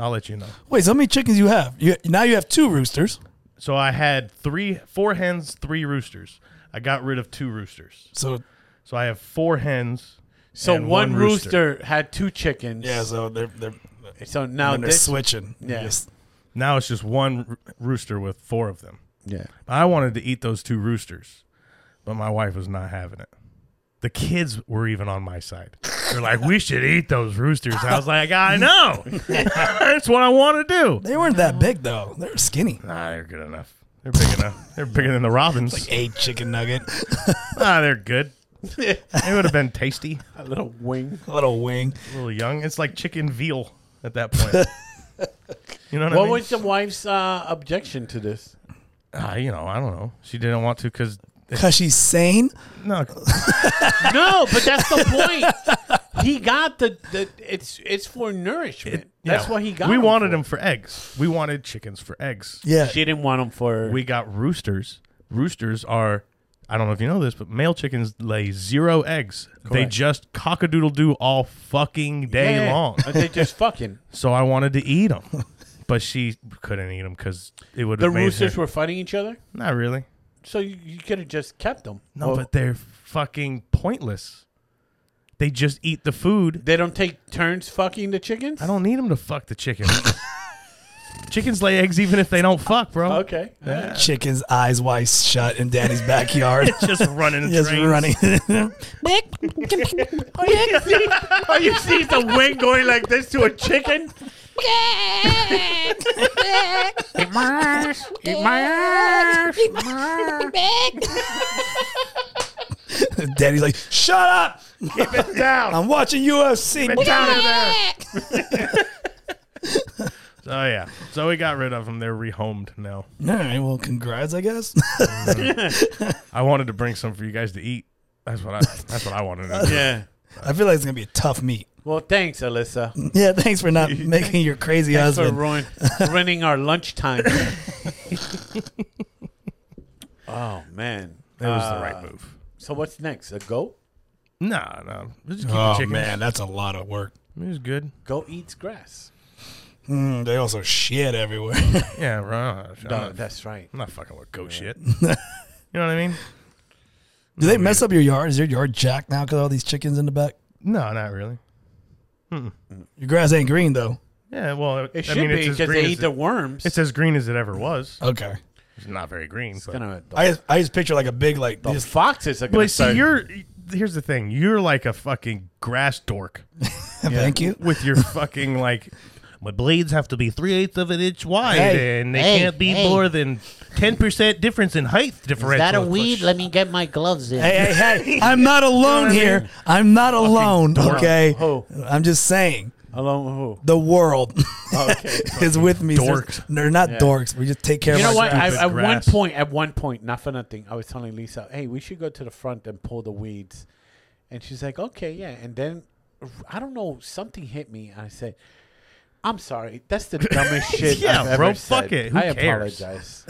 I'll let you know. Wait, so how many chickens you have? You now you have two roosters. So I had three, four hens, three roosters. I got rid of two roosters. So So I have four hens. So and one, rooster. had two chickens. yeah, so they're they're So now and they're this. switching. Yeah. Yes. Now it's just one roo- rooster with four of them. Yeah. I wanted to eat those two roosters, but my wife was not having it. The kids were even on my side. They're like, "We should eat those roosters." I was like, "I know, that's what I want to do." They weren't that big though. They were skinny. Nah, they're good enough. They're big enough. They're bigger than the robins. A chicken nugget, *laughs* Ah, they're *laughs* good. It would have been tasty. A little wing. a little wing. A little young. It's like chicken veal at that point. *laughs* You know what, I What mean? was the wife's uh, objection to this? Ah, you know, I don't know. She didn't want to because Cause she's sane. no, no, but that's the point. He got the, the it's it's for nourishment. that's Yeah. what he got. We them wanted for. them for eggs. We wanted chickens for eggs. Yeah. She didn't want them for. we got roosters. Roosters are I don't know if you know this, but male chickens lay zero eggs. They Correct. just cockadoodle do all fucking day Yeah, *laughs* long. but They just fucking. So I wanted to eat them, but she couldn't eat them because it would. The have made roosters her- were fighting each other, not really. so you, you could have just kept them. No, Well, but they're fucking pointless. They just eat the food. they don't take turns fucking the chickens. I don't need them to fuck the chicken. *laughs* chickens lay eggs even if they don't fuck, bro. Okay. Yeah. Chicken's eyes wide shut in Daddy's *laughs* backyard. Just *laughs* running. Just trains. running. *laughs* All you see is the wing going like this to a chicken. Eat my ass. Eat my ass. Daddy's like, shut up! down. I'm watching UFC. down in there. So yeah. So we got rid of them. They're rehomed now. All right, well, congrats, I guess. *laughs* I wanted to bring some for you guys to eat. That's what I. That's what I wanted to. *laughs* do. Yeah. I feel like it's gonna be a tough meet. Well, thanks, Alyssa, Yeah, thanks for *laughs* not making your crazy for husband. *laughs* ruin, ruining our lunchtime. *laughs* oh man, It was the Uh, right move. So what's next? A goat? No, no. We Just keep the Oh chickens. man, that's a lot of work. It was good. Goat eats grass. Mm, they also shit *laughs* everywhere. Yeah, right. I'm, No, not, that's right. I'm not fucking with *laughs* goat shit. you know what I mean? Do they mess up your yard? Is your yard jacked now because all these chickens in the back? No, not really. Your grass ain't green though. Yeah. Well, It I should mean, be it's as because green they as eat it- the worms. It's as green as it ever was. Okay. It's not very green. but- *laughs* gonna, the, I just, I just picture like a big like the this. foxes are gonna But see, start. you're here's the thing. You're like a fucking grass dork. Thank *laughs* you. with your fucking like my blades have to be three eighths of an inch wide Hey, and they hey, can't be hey. more than ten percent difference in height differential. Is that a weed? Let me get my gloves in. Hey, *laughs* hey, hey! I'm not alone here. I'm not alone. Okay. Oh. I'm just saying Alone *laughs* who? the *laughs* world Okay. is with me. Dorks. They're not dorks. We just take care You of know what? ourselves. I, stupid at one grass. point, at one point, not for nothing, I was telling Lisa, "Hey, we should go to the front and pull the weeds," and she's like, "Okay, yeah." And then I don't know, something hit me. I said, "I'm sorry, that's *laughs* the dumbest shit Yeah, I've ever bro, said. fuck it. Who I cares? apologize.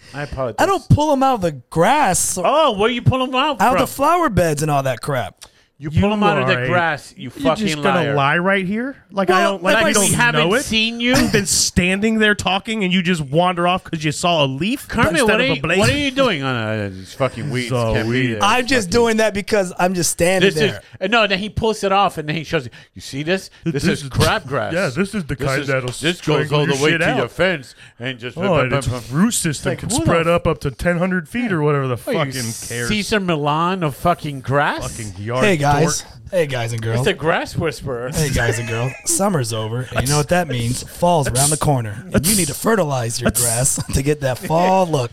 *laughs* I apologize. I don't pull them out of the grass, Oh, where you pull them out out of from? the flower beds and all that crap. You pull him out of are the a- grass. You You're fucking just liar. gonna lie right here? Like I Well, don't like if I I We don't haven't know it. seen *laughs* you. You've been standing there talking, and you just wander off because you saw a leaf Carmen, instead what are, of you, a blade. what are you doing on a, these fucking weeds? So can't be weird. there. I'm just doing that because I'm just standing This is there. uh, no. Then he pulls it off and then he shows you. You see this? This, this is, is- crabgrass. yeah, this is the kind that'll This goes strangle all the your way shit to out. your fence and just. *laughs* Oh, and *laughs* its root system Like, can who the spread f- up up to 1,000 feet or whatever the What are fucking you, cares. Caesar Milan of fucking grass. fucking yard Hey dork. guys, hey guys and He's girls, the grass whisperer. hey guys *laughs* and girls. Summer's over, and you know what that means? Fall's around the corner, and you need to fertilize your grass *laughs* to get that fall look.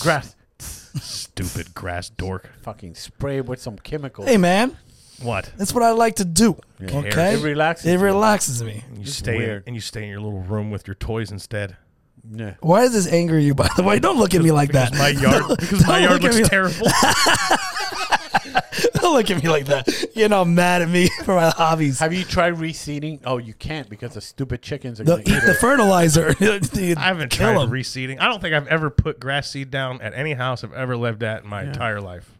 grass. Stupid grass dork. Fucking spray it with some chemical. Hey man, What? that's what I like to do. Okay, It relaxes It you. relaxes me. You stay weird. and you stay in your little room with your toys instead. Yeah. Why does this anger you? By the way, don't look at me *laughs* like that. *laughs* My yard because my yard don't look looks at me. terrible. Don't look at me like that. You're not mad at me *laughs* for my hobbies. Have you tried reseeding? Oh, you can't because the stupid chickens are No, *laughs* going to eat eat the e- it. fertilizer. *laughs* I haven't Kill tried 'em. reseeding. I don't think I've ever put grass seed down at any house I've ever lived at in my entire life.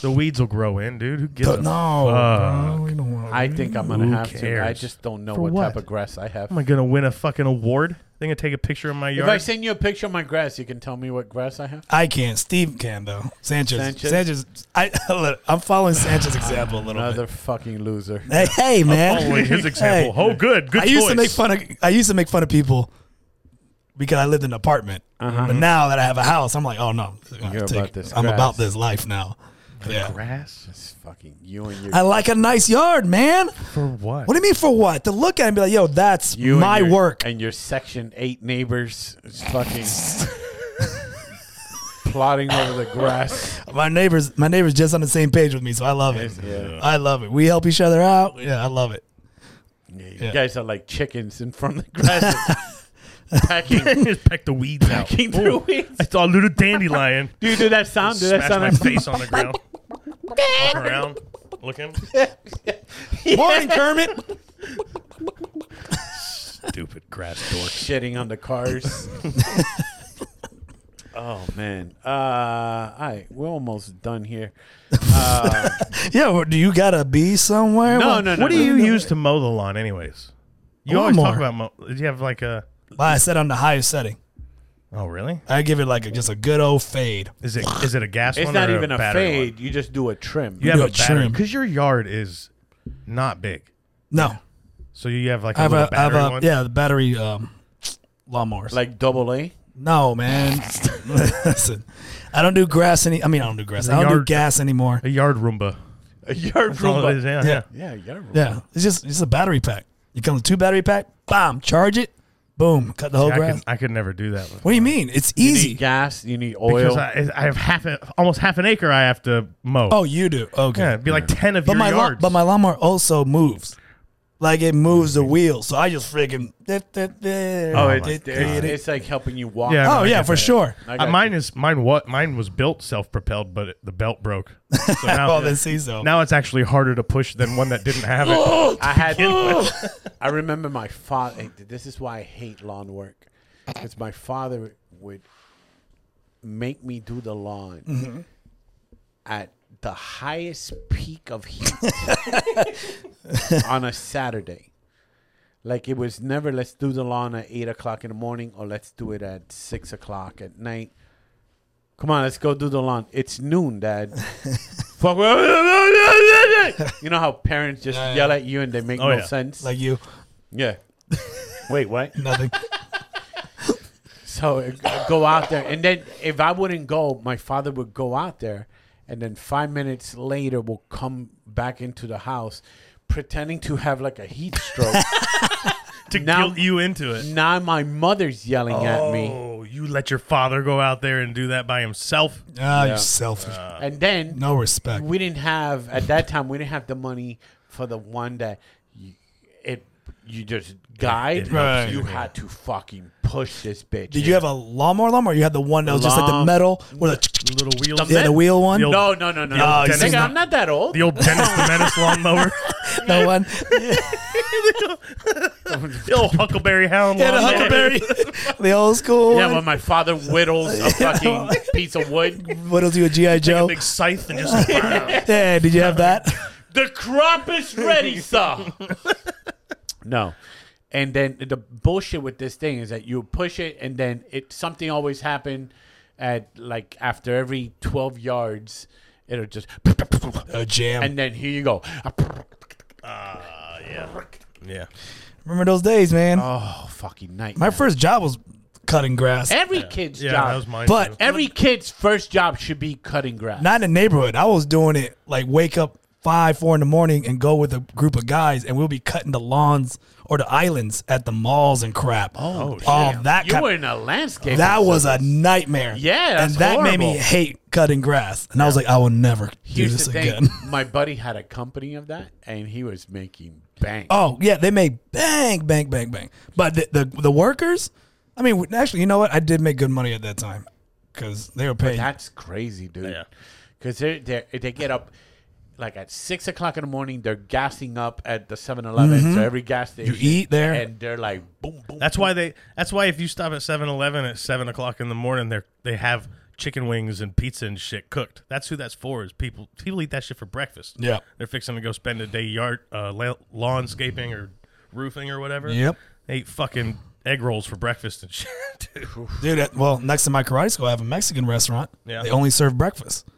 The weeds will grow in, dude. Who gives no, a bro, we don't want. I think I'm going to Who have to. I cares? just don't know For what, what? type of grass I have. Oh Am I gonna win a fucking award? They gonna take a picture of my if yard? I send you a picture of my grass, you can tell me what grass I have. I can't. Steve can though. Sanchez. Sanchez? Ah, Sanchez. I *laughs* look, I'm following Sanchez's example a little Another fucking loser. bit. Hey, hey man. Following his example. *laughs* Hey, oh, good, good. I used choice. to make fun of. I used to make fun of people because I lived in an apartment. But now that I have a house, I'm like, oh no, I'm, You're Uh-huh. take- about this I'm grass. about this life now. Yeah. grass It's fucking you and your I like a nice yard, man. for what? What do you mean for what? To look at it and be like, yo, that's you and my your- work. and your section eight neighbors is fucking plotting over the grass. My neighbors, my neighbors just on the same page with me, so I love it. Yeah. I love it. We help each other out. Yeah, I love it. You Yeah. guys are like chickens in front of the *laughs* grass, *laughs* packing, just peck the weeds out. packing through Ooh, weeds. I saw a little dandelion. Do you do that sound? Do that Smash sound? my like- face on the ground. Walk around, looking *laughs* Morning, Kermit. stupid grass dork. shitting on the *laughs* cars. oh man, uh, all right, we're almost done here. Uh, Yo, do you gotta be somewhere? no, no, no. What do no. you use to mow the lawn, anyways? You always talk about mow. Do you have like a? Well, I said on the highest setting. Oh, really? I give it like a, just a good old fade. Is it is it a gas It's one? not or even a battery fade. One? You just do a trim. You have do a a battery trim. because your yard is not big, No, so you have like I a have little a, I have battery a one. yeah, the battery um, lawnmowers. like double A. *laughs* no, man. *laughs* Listen, I don't do grass any. I mean, I don't do grass. I don't do yard- gas anymore. A yard Roomba. A yard That's all it is. eh? robot. Yeah, Yeah. yeah. Yeah, yard robot. Yeah, it's just it's a battery pack. You come with two battery pack, bam, charge it, boom, cut the whole I, grass. could, I could never do that. With what do you mean? It's You easy. need gas. You need because oil. I, I have half a, almost half an acre. I have to mow. oh, you do. Okay. yeah, it'd be like ten of but your my lawn, yards. but my lawnmower also moves. Like it moves the wheel, so I just friggin' oh, oh, it, it, it- it's like helping you walk. Yeah. oh yeah, for sure. I Uh, got mine is mine. What mine was built self-propelled, but it, the belt *laughs* broke. So now, Oh, then see so. now it's actually harder to push than one that didn't have *laughs* it. I *laughs* had. I remember my father. This is why I hate lawn work. Because my father would make me do the lawn Mm-hmm. at the highest peak of *laughs* heat on a Saturday. Like it was never let's do the lawn at eight o'clock in the morning or let's do it at six o'clock at night. Come on, let's go do the lawn. It's noon, Dad. *laughs* Fuck. you know how parents just Yeah, yell yeah. at you and they make Oh, no yeah. sense? Like you, *laughs* yeah. Wait, what? *laughs* nothing. So I go out there, and then if I wouldn't go, my father would go out there, and then five minutes later will come back into the house, pretending to have like a heat stroke. to Now- guilt you into it. now my mother's yelling at me, Oh, you let your father go out there and do that by himself. Ah, you selfish. and then no respect. we didn't have at that time. We didn't have the money for the one that you, it you just guide. helps You you, yeah. had to fucking push this bitch. Did you have a lawnmower lawnmower? Or you had the one that was just like the Lawn- metal with The a little wheel. yeah the wheel one. The old, no, no, no, no. No, you Nigga, see- I'm not that old. the old Dennis the *laughs* Menace lawnmower. that one. the old Huckleberry Hound Yeah, the lawnmower. Huckleberry, the old school yeah, when one. my father whittles a fucking piece of wood. What else you a GI Take a Joe? big scythe *laughs* and just. Yeah, did you have that? The crop is *laughs* ready, sir. no. And then the bullshit with this thing is that you push it, and then it something always happened at like after every twelve yards, it'll just *laughs* A jam. and then here you go. yeah. Remember those days, man. Oh fucking night! My first job was cutting grass. every kid's Yeah, job, that was mine. But- too. every kid's first job should be cutting grass. Not in the neighborhood. I was doing it like wake up five, four in the morning and go with a group of guys, and we'll be cutting the lawns or the islands at the malls and crap. Oh, all that you kind. were in a landscape. that was a nightmare. Yeah, that's and that made me horrible. hate cutting grass. And I was like, I will never do Here's this the thing. again. *laughs* My buddy had a company of that, and he was making bank. Oh yeah, they made bang, bang, bang, bang. But the the, the workers, I mean, actually, you know what? I did make good money at that time because they were paying. That's crazy, dude. Yeah. Because they they they get up like at six o'clock in the morning. They're gassing up at the 7-Eleven. So every gas station, Mm-hmm. eat there. and they're like boom, boom. That's why they. That's why if you stop at 7-Eleven at seven o'clock in the morning, they they have chicken wings and pizza and shit cooked. That's who that's for. Is people people eat that shit for breakfast. Yeah. they're fixing to go spend a day yard uh, la- lawnscaping or roofing or whatever. Yep. they eat fucking egg rolls for breakfast and *laughs* shit. dude. Dude, that, well, next to my karate school, I have a Mexican restaurant. Yeah. They only serve breakfast.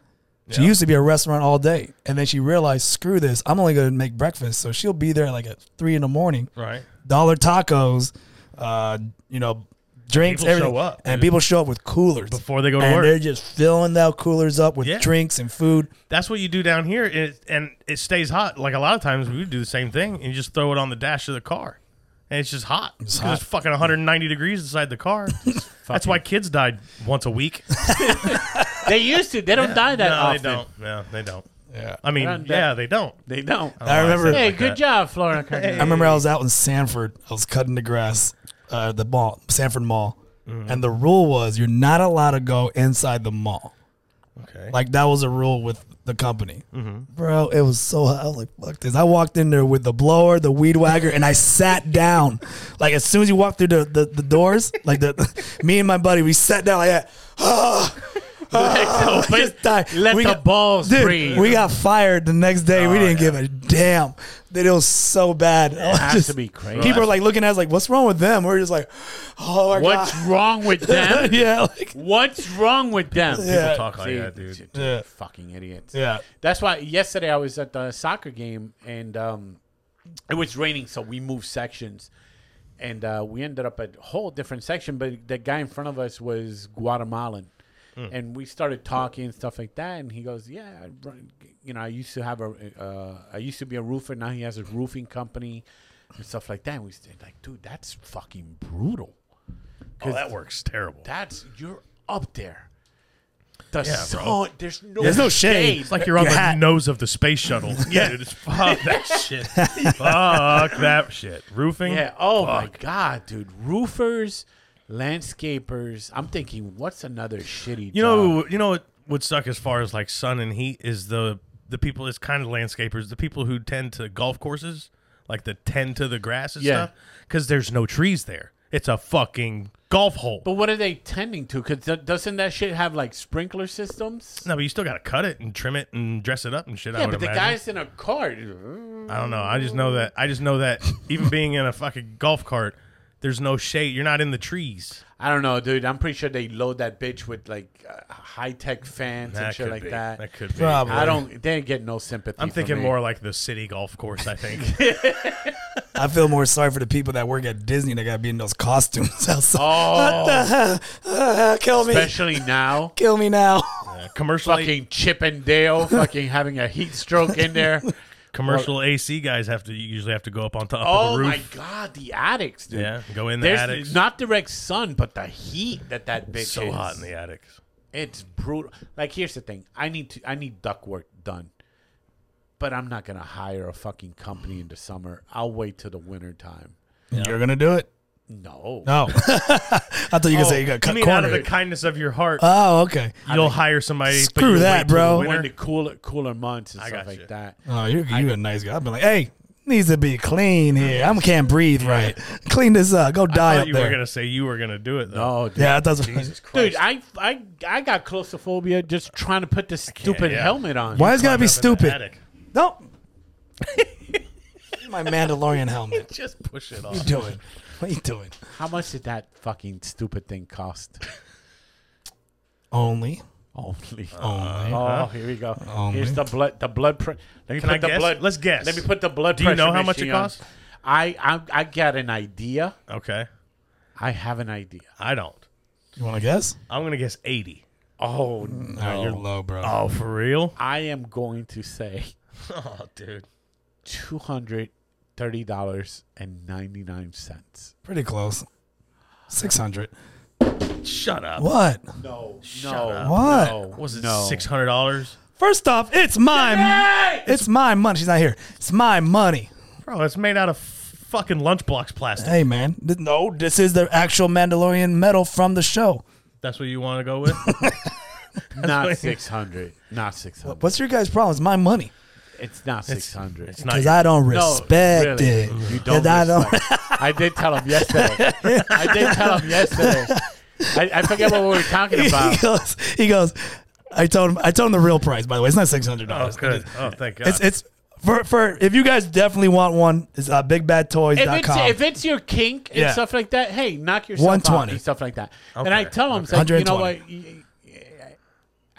She used to be a restaurant all day, and then she realized, screw this, I'm only going to make breakfast. So she'll be there like at three in the morning. Right. Dollar tacos, uh, you know, drinks, People show everything. up, and dude. people show up with coolers Before they go to and work. they're just filling their coolers up with Yeah. drinks and food. That's what you do down here, and it, and it stays hot. Like a lot of times, we would do the same thing, and you just throw it on the dash of the car, and it's just hot. 'Cause It's, hot. fucking 190 degrees inside the *laughs* car. That's why kids died once a week. they used to. They don't die that no, often. they don't. No, they don't. Yeah. I mean, They're not yeah, dead. they don't. They don't. know why I remember. Oh, said it hey, like good that. job, Florida. Cardinals. *laughs* I remember I was out in Sanford. I was cutting the grass, uh, the mall, Sanford Mall, Mm-hmm. and the rule was you're not allowed to go inside the mall. Okay. Like that was a rule with the company, Mm-hmm. bro. It was so hot. I was like, "Fuck this!" I walked in there with the blower, the weed whacker, and I sat down. Like as soon as you walk through the, the, the doors, like the *laughs* me and my buddy, we sat down like that. *gasps* Ah, Legs *laughs* open. just died. Let We the got- *laughs* balls Dude, breathe. Oh, we got fired the next day. we didn't give a damn. That it was so bad. it has to be crazy. People are like looking at us like, "What's wrong with them?" We're just like, "Oh my What's god." wrong with them? *laughs* yeah, like, What's wrong with them? Yeah. People talk like See, that, dude. t- Yeah. Fucking idiots. yeah. That's why yesterday I was at the soccer game and um, it was raining, so we moved sections. And uh, we ended up at a whole different section, but the guy in front of us was Guatemalan. And we started talking and stuff like that. And he goes, Yeah, I run- you know, I used to have a, uh, I used to be a roofer. Now he has a roofing company and stuff like that. And we said, like, dude, that's fucking brutal. Oh, that works terrible. That's, you're up there. The bro. sun, there's no, There's no shade. it's like you're on the *laughs* nose of the *laughs* space shuttle. yeah, dude, it's, fuck that shit. fuck that shit. Roofing. Yeah. Oh my God, dude. Roofers, landscapers. I'm thinking, what's another shitty? You know, job? you know what would suck as far as like sun and heat is the the people. It's kind of landscapers, the people who tend to golf courses, like the tend to the grass and Yeah. stuff, because there's no trees there. It's a fucking golf hole. But what are they tending to? Because doesn't that shit have like sprinkler systems? no, but you still got to cut it and trim it and dress it up and shit. I yeah, would but the imagine. guy's in a cart. I don't know. I just know that. I just know *laughs* that even being in a fucking golf cart, there's no shade. You're not in the trees. I don't know, dude. I'm pretty sure they load that bitch with like uh, high tech fans and shit could like be. that. That could be. Probably. I don't. They get no sympathy. I'm from thinking me. more like the city golf course. I *laughs* think. I feel more sorry for the people that work at Disney that got to be in those costumes *laughs* outside. Oh, Uh, kill me, especially *laughs* now. kill me now. Uh, commercial A- Fucking Chip and Dale, fucking having a heat stroke in *laughs* there. commercial AC guys have to usually have to go up on top Oh of the roof. my god, the attics, dude. Yeah, go in the There's attics. not direct sun, but the heat that that bitch so is. hot in the attics. It's brutal. Like here's the thing, I need to I need duck work done, but I'm not gonna hire a fucking company in the summer. I'll wait till the winter time. *laughs* You're gonna do it. No. No, *laughs* I thought you were gonna say you got Oh, you cut mean out of the corner. kindness of your heart, Oh, okay. you'll hire somebody. but Screw you wait that, till the bro. winter. When the cooler cooler months and I stuff got like you. that. Oh, you you're you a nice guy. I've been like, hey, needs to be clean here. I can't breathe right. Clean this up. Go I die thought up you there. were gonna say you were gonna do it though. Oh, dude. yeah, that's Dude, I, I I got claustrophobia just trying to put this stupid yeah. helmet on. *laughs* Why is it gotta be stupid? Attic. No. *laughs* My Mandalorian helmet. Just push it off. What you doing? What you doing? How much did that fucking stupid thing cost? *laughs* Only. Only. Only. oh, here we go. Oh, Here's man. the blood. The blood. Pre- Let me Can put I the guess? blood. Let's guess. Let me put the blood. Do you know pressure how much it machine on. costs? I, I I got an idea. Okay, I have an idea. I don't. You want to guess? I'm gonna guess eighty. Oh, No, you're low, bro. Oh, for real? *laughs* I am going to say *laughs* Oh, dude. two hundred thirty dollars and ninety nine cents. Pretty close. Six hundred. Shut up. What? No, no, up. What? No, Was it no. six hundred dollars? First off, it's my it's my money. She's not here. It's my money. Bro, it's made out of f- fucking lunchbox plastic. Hey man, Th- no, this is the actual Mandalorian medal from the show. That's what you want to *laughs* go with? Not six hundred. Not six hundred. What's your guys' problem? It's my money It's not six hundred. it's because not. I don't No, respect really, it. You don't. *laughs* 'Cause I don't- respect it. I did tell him yesterday. I did tell him yesterday. I, I forget what we were talking *laughs* he about. goes. He goes. I told him. I told him the real price. By the way, it's not six hundred Oh, dollars. good. Oh, thank God. It's it's for for if you guys definitely want one, it's uh, If it's, bigbadtoys.com. if it's your kink and Yeah. stuff like that, hey, knock yourself 120. out 120. and stuff like that. And I Okay. tell him, it's like, you know what? 120. y- y-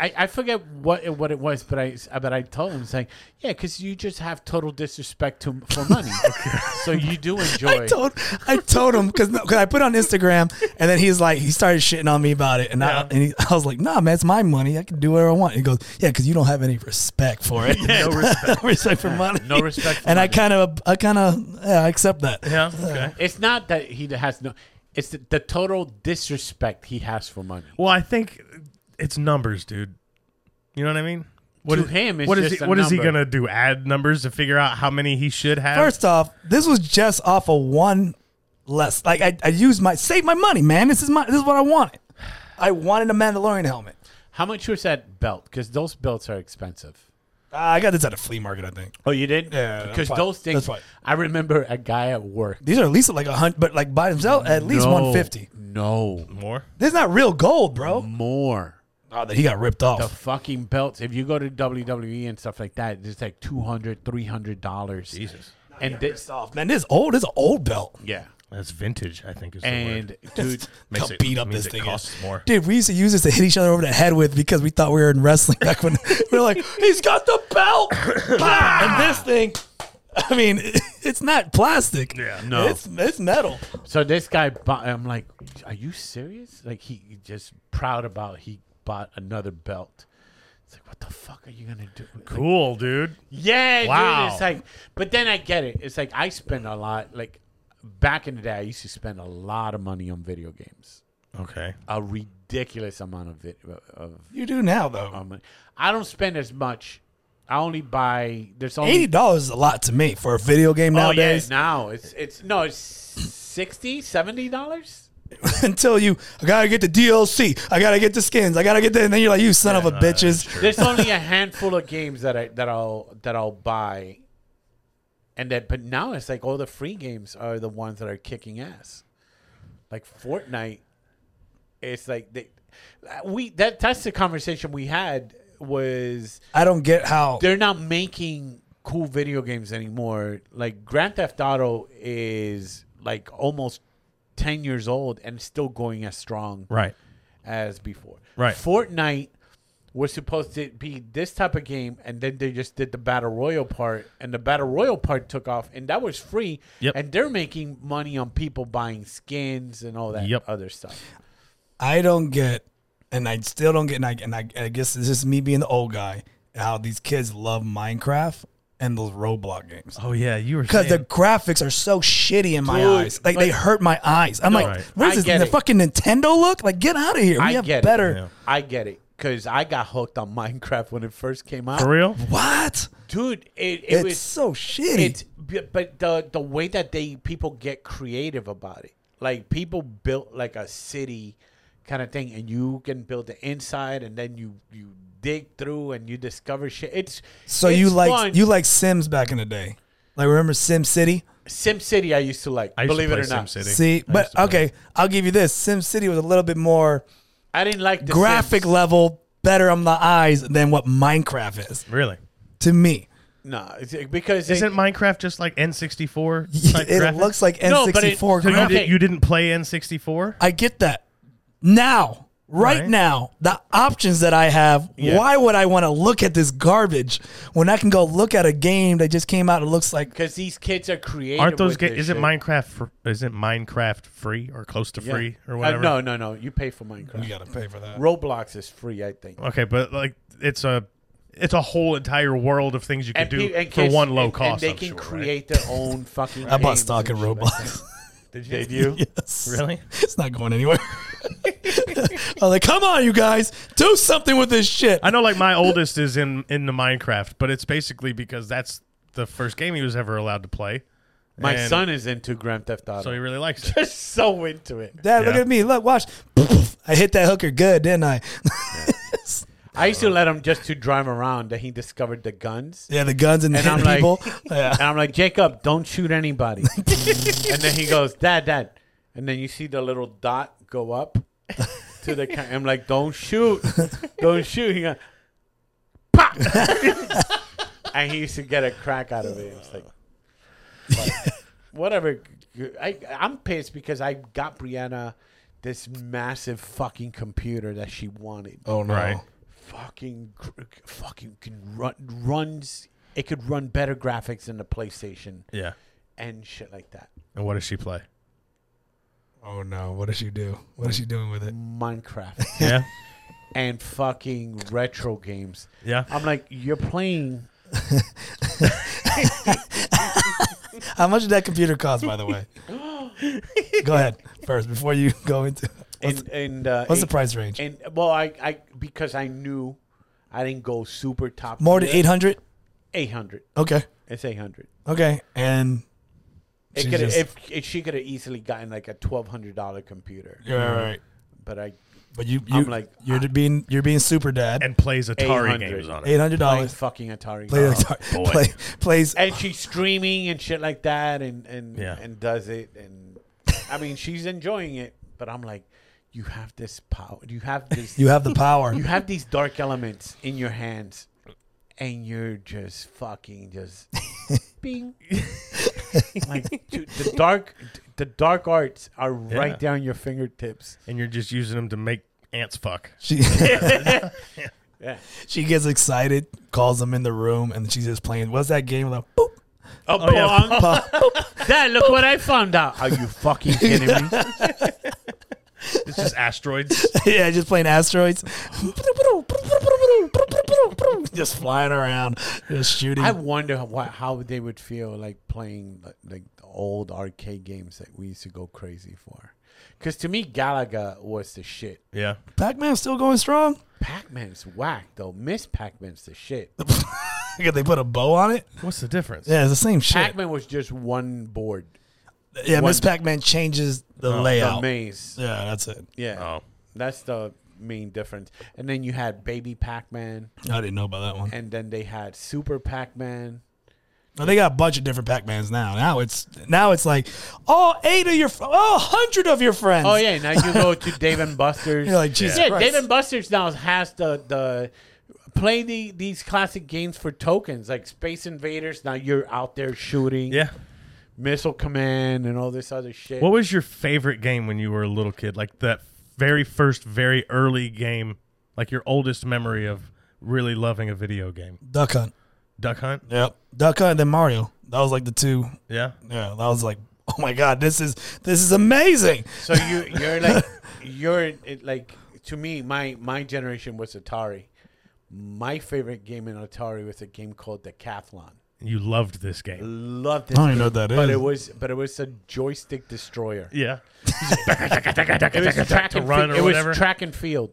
I, I forget what it, what it was, but I but I told him saying, yeah, because you just have total disrespect to for *laughs* money, so you do enjoy. I told I told him because I put it on Instagram and then he's like he started shitting on me about it and I Yeah. and he, I was like nah man it's my money I can do whatever I want he goes yeah because you don't have any respect *laughs* for it no respect. *laughs* respect for money No respect for and I money. kind of I kind of yeah, I accept that Yeah. Okay. it's not that he has no. It's the, the total disrespect he has for money. *laughs* Well, I think it's numbers, dude. You know what I mean? What To is- him, it's what is just he, a what is he number. gonna do? Add numbers to figure out how many he should have? first off this was just off of one less like I I used my save my money man this is my this is what I wanted I wanted a Mandalorian helmet How much was that belt? Because those belts are expensive. uh, I got this at a flea market I think Oh, you did? Yeah, Because that's right. those things. That's right. I remember a guy at work. these are at least like a hundred but like by themselves at least No, one fifty No, more. this is not real gold bro more. Oh, that he got ripped off. The fucking belts. If you go to WWE and stuff like that, it's like $200, $300. Jesus. And this, off. Man, this is old. This is an old belt. yeah. That's vintage. I think is the And, word. dude, Makes How it- beat up means this it thing costs is. more. Dude, we used to use this to hit each other over the head with because we thought we were in wrestling back when *laughs* we were like, he's got the *coughs* belt. Bah! and this thing, I mean, *laughs* it's not plastic. Yeah. No. It's, it's metal. so this guy, bought, I'm like, are you serious? Like, he he just proud about he bought another belt. It's like, what the fuck are you going to do? Like, Cool, dude. Yeah, Wow. dude. It's like, but then I get it. It's like I spend a lot. Like back in the day, I used to spend a lot of money on video games. Okay. A ridiculous amount of vid- of You do now, though. Um, of money. I don't spend as much. I only buy. There's um, only $80 is a lot to me for a video game Oh yeah, nowadays. now it's it's no, it's 60 70 dollars. *laughs* Until you, I got to get the DLC. I got to get the skins. I got to get the, and then you're like, you son of a bitches. There's only a handful of games that I that I'll that I'll buy. And that, but now it's like all the free games are the ones that are kicking ass. Like Fortnite, it's like they, we that that's the conversation we had was I don't get how. they're not making cool video games anymore. Like Grand Theft Auto is like almost ten years old and still going as strong Right. as before. Right. Fortnite was supposed to be this type of game, and then they just did the battle royal part, and the battle royal part took off, and that was free. Yep. And they're making money on people buying skins and all that Yep. other stuff. I don't get, and I still don't get, and I, and I, and I guess it's just me being the old guy, how these kids love Minecraft and those Roblox games. Oh yeah, you were Because the saying- graphics are so shitty in my Dude, eyes. Like, they like- hurt my eyes. I'm like, Right. what I is this? get The it. fucking Nintendo look? Like, get out of here. We I have get better. it. I get it because I got hooked on *laughs* Minecraft when it first came out. for real. What? dude. It, it it's was so shitty. it's but the the way that they people get creative about it. Like people built like a city kind of thing, and you can build the inside, and then you you dig through and you discover shit. It's So it's you like fun. you like Sims back in the day. Like remember Sim City? Sim City. I used to like. I used believe to play it or not, SimCity. See, I but used to play- okay, I'll give you this. Sim City was a little bit more I didn't like the graphic Sims. level, better on the eyes than what Minecraft is Really? to me. No, it's- because they- Isn't Minecraft just like *laughs* N64? type It graphics? looks like No, N64 but it- So you, graphic. Okay. did, you didn't play N64? I get that. Now, right, Right. now, the options that I have, Yeah. why would I want to look at this garbage when I can go look at a game that just came out and looks like because these kids are creative. Aren't those with games? this Isn't shit. Minecraft? Fr- isn't Minecraft free or close to Yeah. free or Uh, whatever? no, no, no. You pay for Minecraft. got to pay for that. Roblox is free, I think. Okay, but like it's a it's a whole entire world of things you can do pe- and for kids- one low and- And cost. they I'm can sure, right? create their *laughs* own fucking. I bought games stock in and shit like Roblox. Did you? that. Did *laughs* you? *laughs* yes. Really? It's not going anywhere. *laughs* I'm like, come on, you guys, do something with this shit. I know, like my *laughs* oldest is in in the Minecraft, but it's basically because that's the first game he was ever allowed to play. My And son is into Grand Theft Auto. so he really *laughs* likes it. Just so into it. Dad, look Yeah. at me. Look, watch. *laughs* I hit that hooker good, didn't I? *laughs* I used to Uh-huh. let him just to drive around. Then he discovered the guns, yeah, the guns and, And hitting I'm like- *laughs* people. yeah. and I'm like, Jacob, don't shoot anybody. and then he goes, Dad, Dad. And then you see the little dot go up to the. Ca- I'm like, don't shoot, don't shoot. He goes, pop. *laughs* and he used to get a crack out of it. It's like, but whatever. I I'm pissed because I got Brianna this massive fucking computer that she wanted. Oh no. Right. fucking gr- fucking can run runs it could run better graphics than the PlayStation Yeah. and shit like that. And what does she play? Oh no. What does she do? What is she doing with it? Minecraft *laughs* Yeah. and fucking retro games. Yeah. I'm like, you're playing How much did that computer cost, by *laughs* the way? go ahead first before you go into. What's, and and uh, what's the it- price range? And well, I I because I knew I didn't go super top More than eight hundred. eight hundred. Okay. It's eight hundred. Okay. And It She could just- if, if she could have easily gotten like a twelve hundred dollar computer, you're all right. but I But you, you I'm like, ah. you're being you're being super *laughs* dad. And plays Atari 800. games on it. Eight hundred playing dollars. fucking Atari. Play, games. guitar- boy. *laughs* play plays. and she's streaming and shit like that and and Yeah. and does it and I mean she's enjoying it but I'm like you have this power you have this You have the power. you have these dark elements in your hands and you're just fucking just bing like dude, the dark the dark arts are Yeah. right there on your fingertips And you're just using them to make ants fuck. *laughs* She yeah *laughs* she gets excited, calls them in the room, and she's just playing. What's that game? Like, boop, oh, yeah. bong. *laughs* Dad, look what I found out are you fucking kidding me It's *laughs* just asteroids. yeah, just playing asteroids. *laughs* just flying around, just shooting. I wonder what, how they would feel like playing like, like the old arcade games that we used to go crazy for. Because to me, Galaga was the shit. Yeah. Pac Man's still going strong. Pac Man's whack though. Miss Pac Man's the shit. Could *laughs* they put a bow on it? What's the difference? Yeah, it's the same shit. Pac Man was just one board, yeah, Miss one- Pac Man changes the the layout. maze. yeah, that's it. Yeah, Oh. that's the main difference. And then you had Baby Pac Man, I didn't know about that one. and then they had Super Pac Man. Well, they got a bunch of different Pac Mans now. Now it's now it's like all eight of your, fr- all hundred of your friends. Oh yeah, now you go *laughs* to Dave and Buster's. You're like, Jesus yeah, Christ. Dave and Buster's now has the the play the these classic games for tokens like Space Invaders. Now you're out there shooting Yeah. Missile Command and all this other shit. What was your favorite game when you were a little kid? Like that very first, very early game, like your oldest memory of really loving a video game. Duck Hunt. Duck Hunt? Yep. Duck Hunt and then Mario. That was like the two. Yeah. Yeah, that was like, *laughs* oh my god, this is this is amazing. so you you're *laughs* like you're it, like to me my my generation was Atari. My favorite game in Atari was a game called Decathlon. You loved this game. Loved I this don't even game, know what that but is. it was but it was a joystick destroyer. Yeah. It was track to and run fi- or it whatever? was track and field.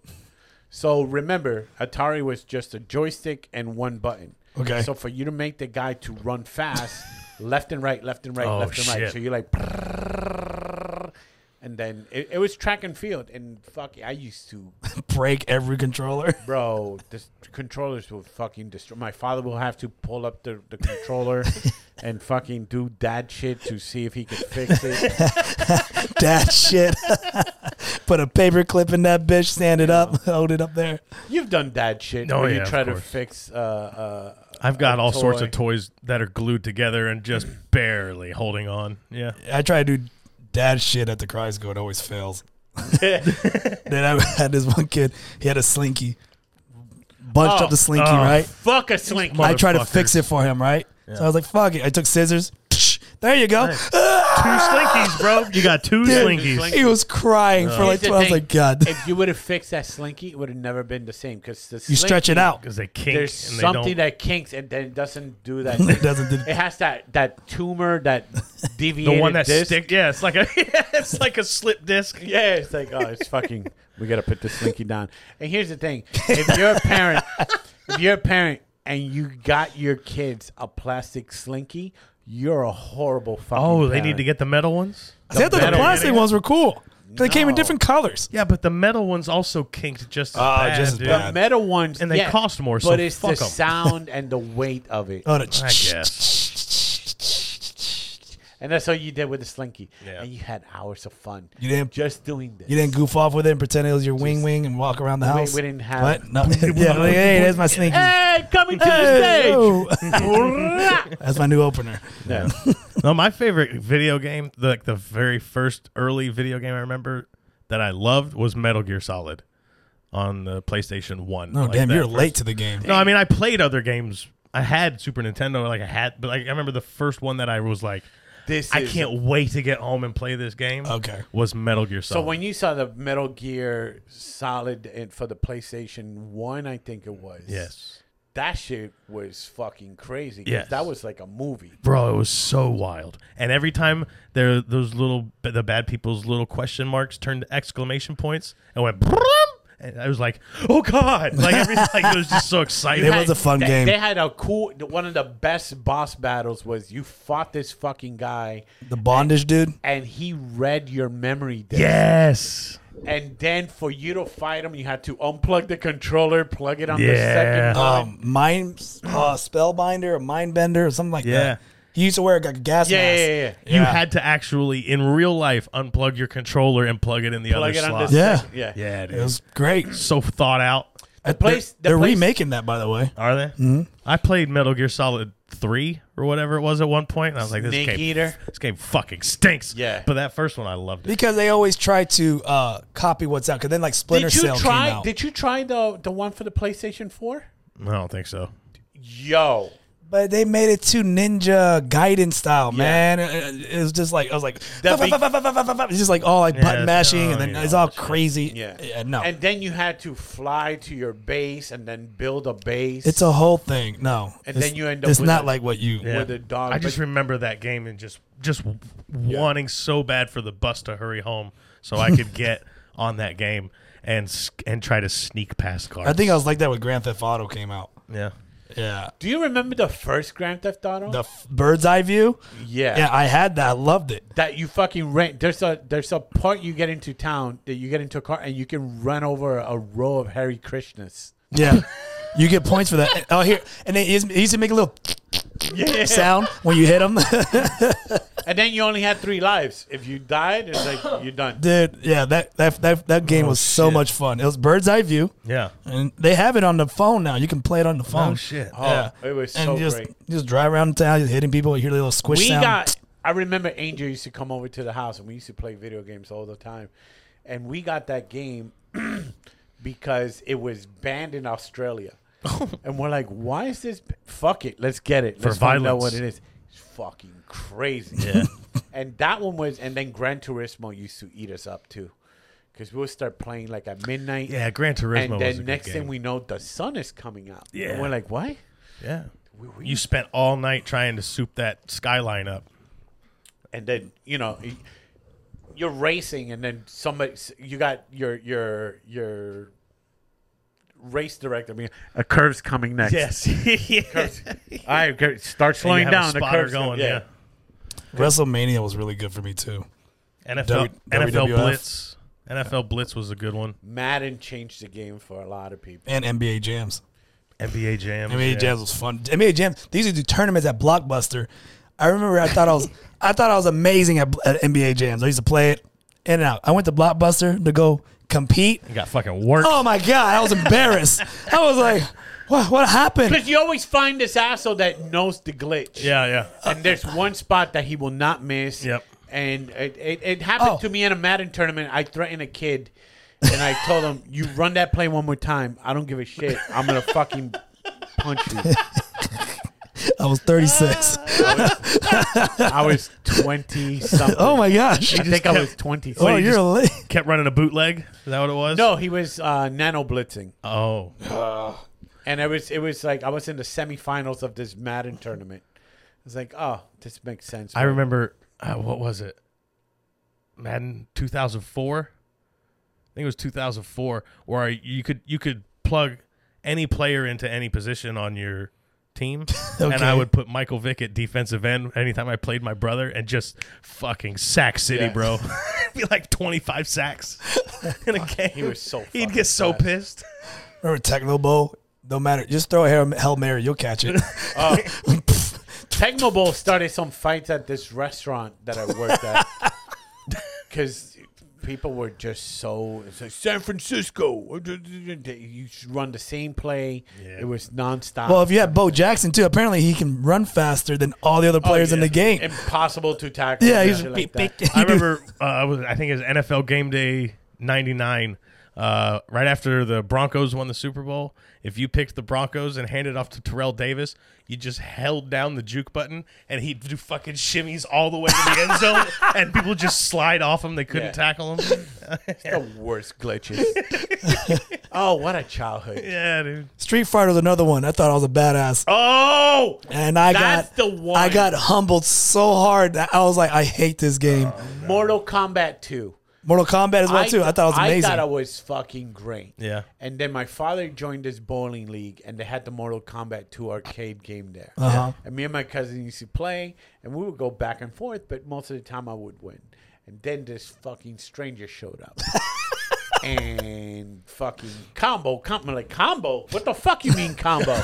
So remember, Atari was just a joystick and one button. Okay. So for you to make the guy to run *laughs* fast, left and right, left and right, Oh, left and right. shit. So you're like, "Brrrr." And then it, it was track and field, and fuck, I used to, break every controller. bro. *laughs* The s- controllers would fucking destroy. My father will have to pull up the, the *laughs* controller and fucking do dad shit to see if he could fix *laughs* it. that shit. *laughs* Put a paper clip in that bitch, stand it up, *laughs* hold it up there. You've done dad shit. Oh, where yeah, you of try to course. fix. Uh, uh, I've got a all sorts toy. of toys that are glued together and just barely holding on. *laughs* Yeah. I try to do dad shit at the Chrysco. It always fails. Oh. then I *laughs* had this one kid. He had a slinky, bunched Oh, up the slinky, oh, right? Fuck a slink. I tried to fix motherfuckers. it for him, right? So I was like, "Fuck it!" I took scissors. There you go. Two slinkies, bro. You got two slinkies. *laughs* He was crying for like. Here's the two- I was thing. like, "God." if you would have fixed that slinky, it would have never been the same because *laughs* You stretch it out. Because they kink There's and they don't. something that kinks and then it doesn't do that. It *laughs* doesn't. Do- It has that that tumor *laughs* that deviated. the one that disc. stick. Yeah, it's like a *laughs* it's like a slip disc. *laughs* Yeah, it's like oh, it's fucking. We gotta put this slinky down. And here's the thing: if you're a *laughs* parent, if you're a parent and you got your kids a plastic slinky, you're a horrible fucking. Oh, they need parent. to get the metal ones. See, I thought the metal- plastic ones were cool. They came in No. different colors. Yeah, but the metal ones also kinked just as Oh, bad. just as dude. the bad. metal ones, And they yeah, cost more, But so it's fuck the 'em. sound and the weight of *laughs* it. Oh, the I *laughs* guess. And that's all you did with the slinky. Yeah. And you had hours of fun. You didn't- just doing this. You didn't goof off with it and pretend it was your wing wing and walk around the We- house. we didn't have- *laughs* What? No. *laughs* yeah, like, hey, there's my sneaky. Hey, coming to *laughs* Hey, the oh. *laughs* That's my new opener. stage. No, my favorite video game, the, like the very first early video game I remember that I loved was Metal Gear Solid on the PlayStation One. No, Like damn, that you're first- late to the game. No, I mean I played other games. I had Super Nintendo, like I had, but like I remember the first one that I was like, *laughs* This I is- can't wait to get home and play this game. Okay. was Metal Gear So Solid. when you saw the Metal Gear Solid and for the PlayStation One, I think it was. yes, That shit was fucking crazy. 'cause Yes. That was like a movie. bro, it was so wild. And every time there, those little the bad people's little question marks turned to exclamation points and went. "Brum!" And I was like, "Oh God!" Like, *laughs* every, like it was just so exciting. It was a fun they, game. They had a cool one of the best boss battles was you fought this fucking guy The bondage dude. and he read your memory disk. yes, And then for you to fight him, you had to unplug the controller, plug it on the Yeah. second time. Um, mind uh, spellbinder or mind bender or something like Yeah. that. He used to wear like a gas yeah, mask. yeah, yeah, yeah. you had to actually in real life unplug your controller and plug it in the Plug other it on slot. the Yeah. second. Yeah. yeah, dude. It was great. so thought out. The place- the they're place- remaking that, by the way. Are they? Mm-hmm. I played Metal Gear Solid Three or whatever it was at one point, and I was like, "This Snake game, Eater? this game fucking stinks." Yeah. but that first one, I loved it. Because they always try to uh, copy what's out. Because then, like Splinter Did you Cell came try? out. Did you try the the one for the PlayStation Four? I don't think so. Yo, But they made it too Ninja Gaiden style, man. It, it was just like I was like, That "Fuff, big- fuff, fuff, fuff, fuff, fuff, fuff." it's just like all like button it's- mashing, oh, and then yeah, it's all all that shit. crazy. yeah, Uh, no, And then you had to fly to your base and then build a base. it's a whole thing. No, And It's- then you end up It's with not a- like what you. With a dog, I just but- remember that game and just just wanting so bad for the bus to hurry home so I *laughs* could get on that game and s- and try to sneak past cars. I think I was like that when Grand Theft Auto came out. yeah. Yeah, Do you remember the first Grand Theft Auto? the f- bird's eye view. yeah. Yeah, I had that. I loved it. That you fucking rent. There's a there's a part you get into town that you get into a car and you can run over a row of Hare Krishnas. *laughs* Yeah, you get points for that. Oh, here, and it is- he used to make a little sound when you hit him. And then you only had three lives. If you died, it's like you're done. *laughs* Dude, yeah, that that that, that game Oh, was so much fun. It was bird's eye view. Yeah. And they have it on the phone now. You can play it on the phone. shit. Oh, Yeah. it was and so you just, great. you just drive around town, just hitting people, you hear the little squish We sound. got. I remember Angel used to come over to the house, and we used to play video games all the time. And we got that game *clears throat* because it was banned in *laughs* Australia, and we're like, "Why is this? b- Fuck it, let's get it. For Let's find out violence. what it is." It's fucking crazy. Yeah. *laughs* and that one was, and then Gran Turismo used to eat us up too, because we'll start playing like at midnight. Yeah, Gran Turismo And was a then good next game. thing we know, the sun is coming out. And Yeah. we're like, "What?" Yeah. You spent all night trying to soup that skyline up. and then you know y- you're racing and then somebody s- you got your your your race director I mean a curve's coming next *laughs* yeah. Curves. all right curve, start slowing have a down the spotter curve's going, coming- yeah. WrestleMania was really good for me too. NFL W- NFL WWF. Blitz. NFL Blitz was a good one. Madden changed the game for a lot of people. and NBA Jams. NBA Jam. NBA yeah. Jams was fun. NBA Jams. These used to do tournaments at Blockbuster. I remember I thought I was *laughs* I thought I was amazing at, at NBA Jams. I used to play it in and out. I went to Blockbuster to go compete. You got fucking work. Oh my god, I was embarrassed. *laughs* I was like, what *laughs* what happened? Because you always find this asshole that knows the glitch. Yeah, yeah. And there's one spot that he will not miss. Yep. And it, it, it happened Oh. to me in a Madden tournament. I threatened a kid and I told him, You run that play one more time. I don't give a shit. I'm going to fucking punch you. I was 36. Ah. I was 20 something. Oh my gosh. I think I was kept- 23. Oh, you're a late. Kept running a bootleg. Is that what it was? no, he was uh, nano blitzing. Oh. And it was it was like I was in the semifinals of this Madden tournament. I was like, oh, this makes sense. I remember. Uh, what was it? Madden 2004. I think it was 2004, where I, you could you could plug any player into any position on your *laughs* team, and I Okay. would put Michael Vick at defensive end anytime I played my brother, and just fucking sack city, Yeah. bro. *laughs* Be like 25 *laughs* sacks in a game. He was so He'd fucking get so fast. pissed. Remember Techno Bowl? No matter. Just throw a Hail- Hail Mary, you'll *laughs* catch it. Oh. Tecmo Bowl started some fights at this restaurant that I worked at because people were just so it's like San Francisco. You should run the same play. It was nonstop. *laughs* well, if you had Bo Jackson too, apparently he can run faster than all Oh, the other players in yeah. the game. impossible to tackle. yeah, and he's shit big, like that. *laughs* big- I remember uh, I was I think it was NFL Game Day '99. Uh, right after the Broncos won the Super Bowl, if you picked the Broncos and handed off to Terrell Davis, you just held down the juke button and he'd do fucking shimmies all the way to the *laughs* end zone, and people just slide off him. They couldn't Yeah. tackle him. *laughs* the worst *laughs* glitches. oh, what a childhood! yeah, dude. Street Fighter was another one. I thought I was a badass, Oh, and I that's got the one. I got humbled so hard that I was like, I hate this game. Mortal Kombat Two. Mortal Kombat as well too. I thought it was amazing. Uh, I thought I was fucking great. Yeah. And then my father joined this bowling league, and they had the Mortal Kombat 2 arcade game there. Uh-huh. And me and my cousin used to play, and we would go back and forth, but most of the time I would win. And then this fucking stranger showed *laughs* up. and fucking combo, combo, like combo. What the fuck you mean *laughs* combo?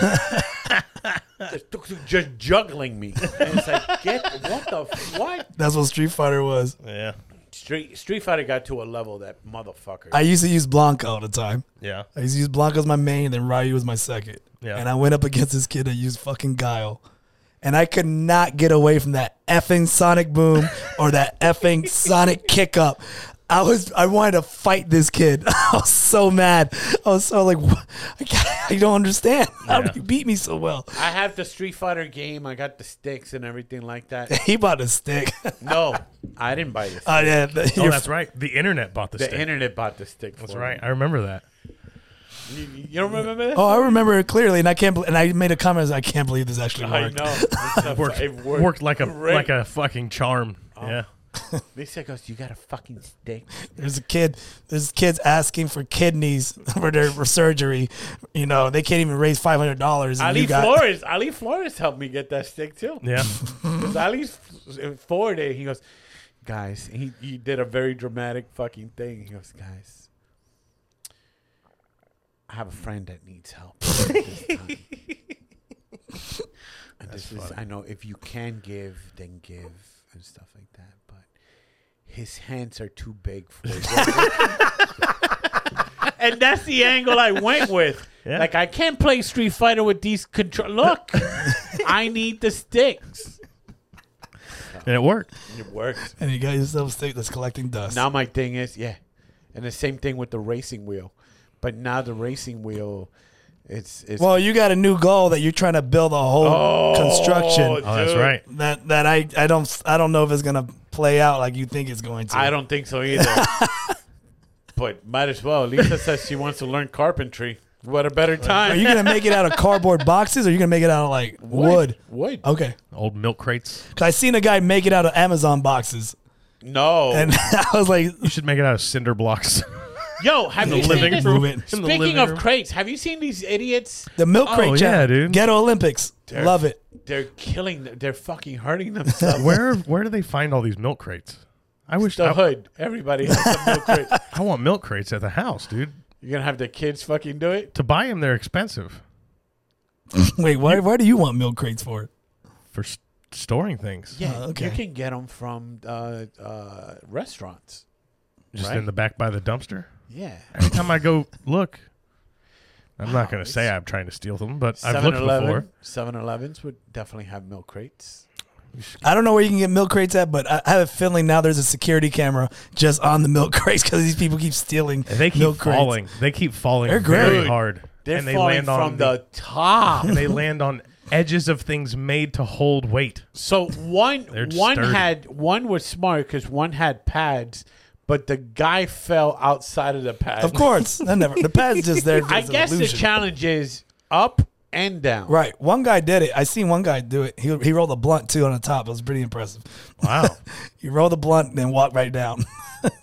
just, just juggling me. And it's like, get what the what? That's what Street Fighter was. Yeah. Street Street Fighter got to a level that motherfucker. I used to use Blanca all the time. Yeah. I used to use Blanca as my main, then Ryu was my second. Yeah. And I went up against this kid that used fucking Guile. And I could not get away from that effing Sonic *laughs* boom or that effing Sonic kick up. I was I wanted to fight this kid. *laughs* I was so mad. I was so like, "What? I, can't, I don't understand. How Yeah. did you beat me so well? I have the Street Fighter game. I got the sticks and everything like that. *laughs* He bought a stick. *laughs* No, I didn't buy the stick. oh yeah, the- Oh, your- that's right. The internet bought the, The stick. internet bought the stick. that's for right. me. I remember that. You, you don't remember that? oh, I remember it clearly, and I can't. bel and I made a comment. I can't believe this actually I worked. know. It's a- Worked, it worked, like a great. Oh. like a fucking charm. Yeah. Lisa goes, "You got a fucking stick." There's a kid. There's kids asking for kidneys *laughs* for their for surgery. You know, they can't even raise five hundred dollars. Ali Flores. Ali Flores helped me get that stick too. *laughs* Yeah. 'Cause Ali forwarded. it. He goes, "Guys," he he did a very dramatic fucking thing. He goes, "Guys." I have a friend that needs help. at this time." And this is, I know if you can give, then give and stuff like that. But his hands are too big for it. *laughs* and that's the angle I went with. Yeah. Like I can't play Street Fighter with these control. Look, I need the sticks. and it worked. It works. and you got yourself a stick that's collecting dust. Now my thing is, yeah, and the same thing with the racing wheel, but now the racing wheel, it's it's well, you got a new goal that you're trying to build a whole construction Oh, that's dude. right. that that I I don't I don't know if it's gonna play out like you think it's going to. I don't think so either. *laughs* but might as well. Lisa says she wants to learn carpentry. What a better Are time. you gonna make it out of cardboard boxes, or are you gonna make it out of like wood? Wood. Okay, Old milk crates. 'Cause I seen a guy make it out of Amazon boxes, No. and *laughs* I was like, You should make it out of cinder blocks. *laughs* Yo, have you living seen this? room. *laughs* In the Speaking living of room. crates, have you seen these idiots? the milk crate, Oh, yeah, challenge. dude. Ghetto Olympics, love it. *laughs* They're killing. th- They're fucking hurting themselves. where where do they find all these milk crates? I wish The I, hood. Everybody has some milk crate. I want milk crates at the house, dude. You're gonna have the kids fucking do it. To buy them, they're expensive Wait, why, why do you want milk crates for? for s- storing things. Yeah, Oh, okay. you can get them from uh, uh, restaurants. Just right. in the back by the dumpster. Yeah, Every time I go *laughs* look, I'm not going to it's- say I'm trying to steal them, but I've looked 7-Eleven, before. 7-Elevens would definitely have milk crates. I don't know where you can get milk crates at, but I, I have a feeling now there's a security camera just on the milk *laughs* crates because these people keep stealing. They keep milk crates. falling. They keep falling They're very great. hard, They're and they falling land on from the top. and *laughs* they land on edges of things made to hold weight. *laughs* So one *laughs* They're just one sturdy. had one was smart because one had pads, but the guy fell outside of the pads. *laughs* Of course, that never. The pad's just there. I as an guess the illusion. challenge is up and down. Right, one guy did it. I seen one guy do it. He, he rolled a blunt too on the top. It was pretty impressive. *laughs* Wow. He rolled a blunt and then walked right down.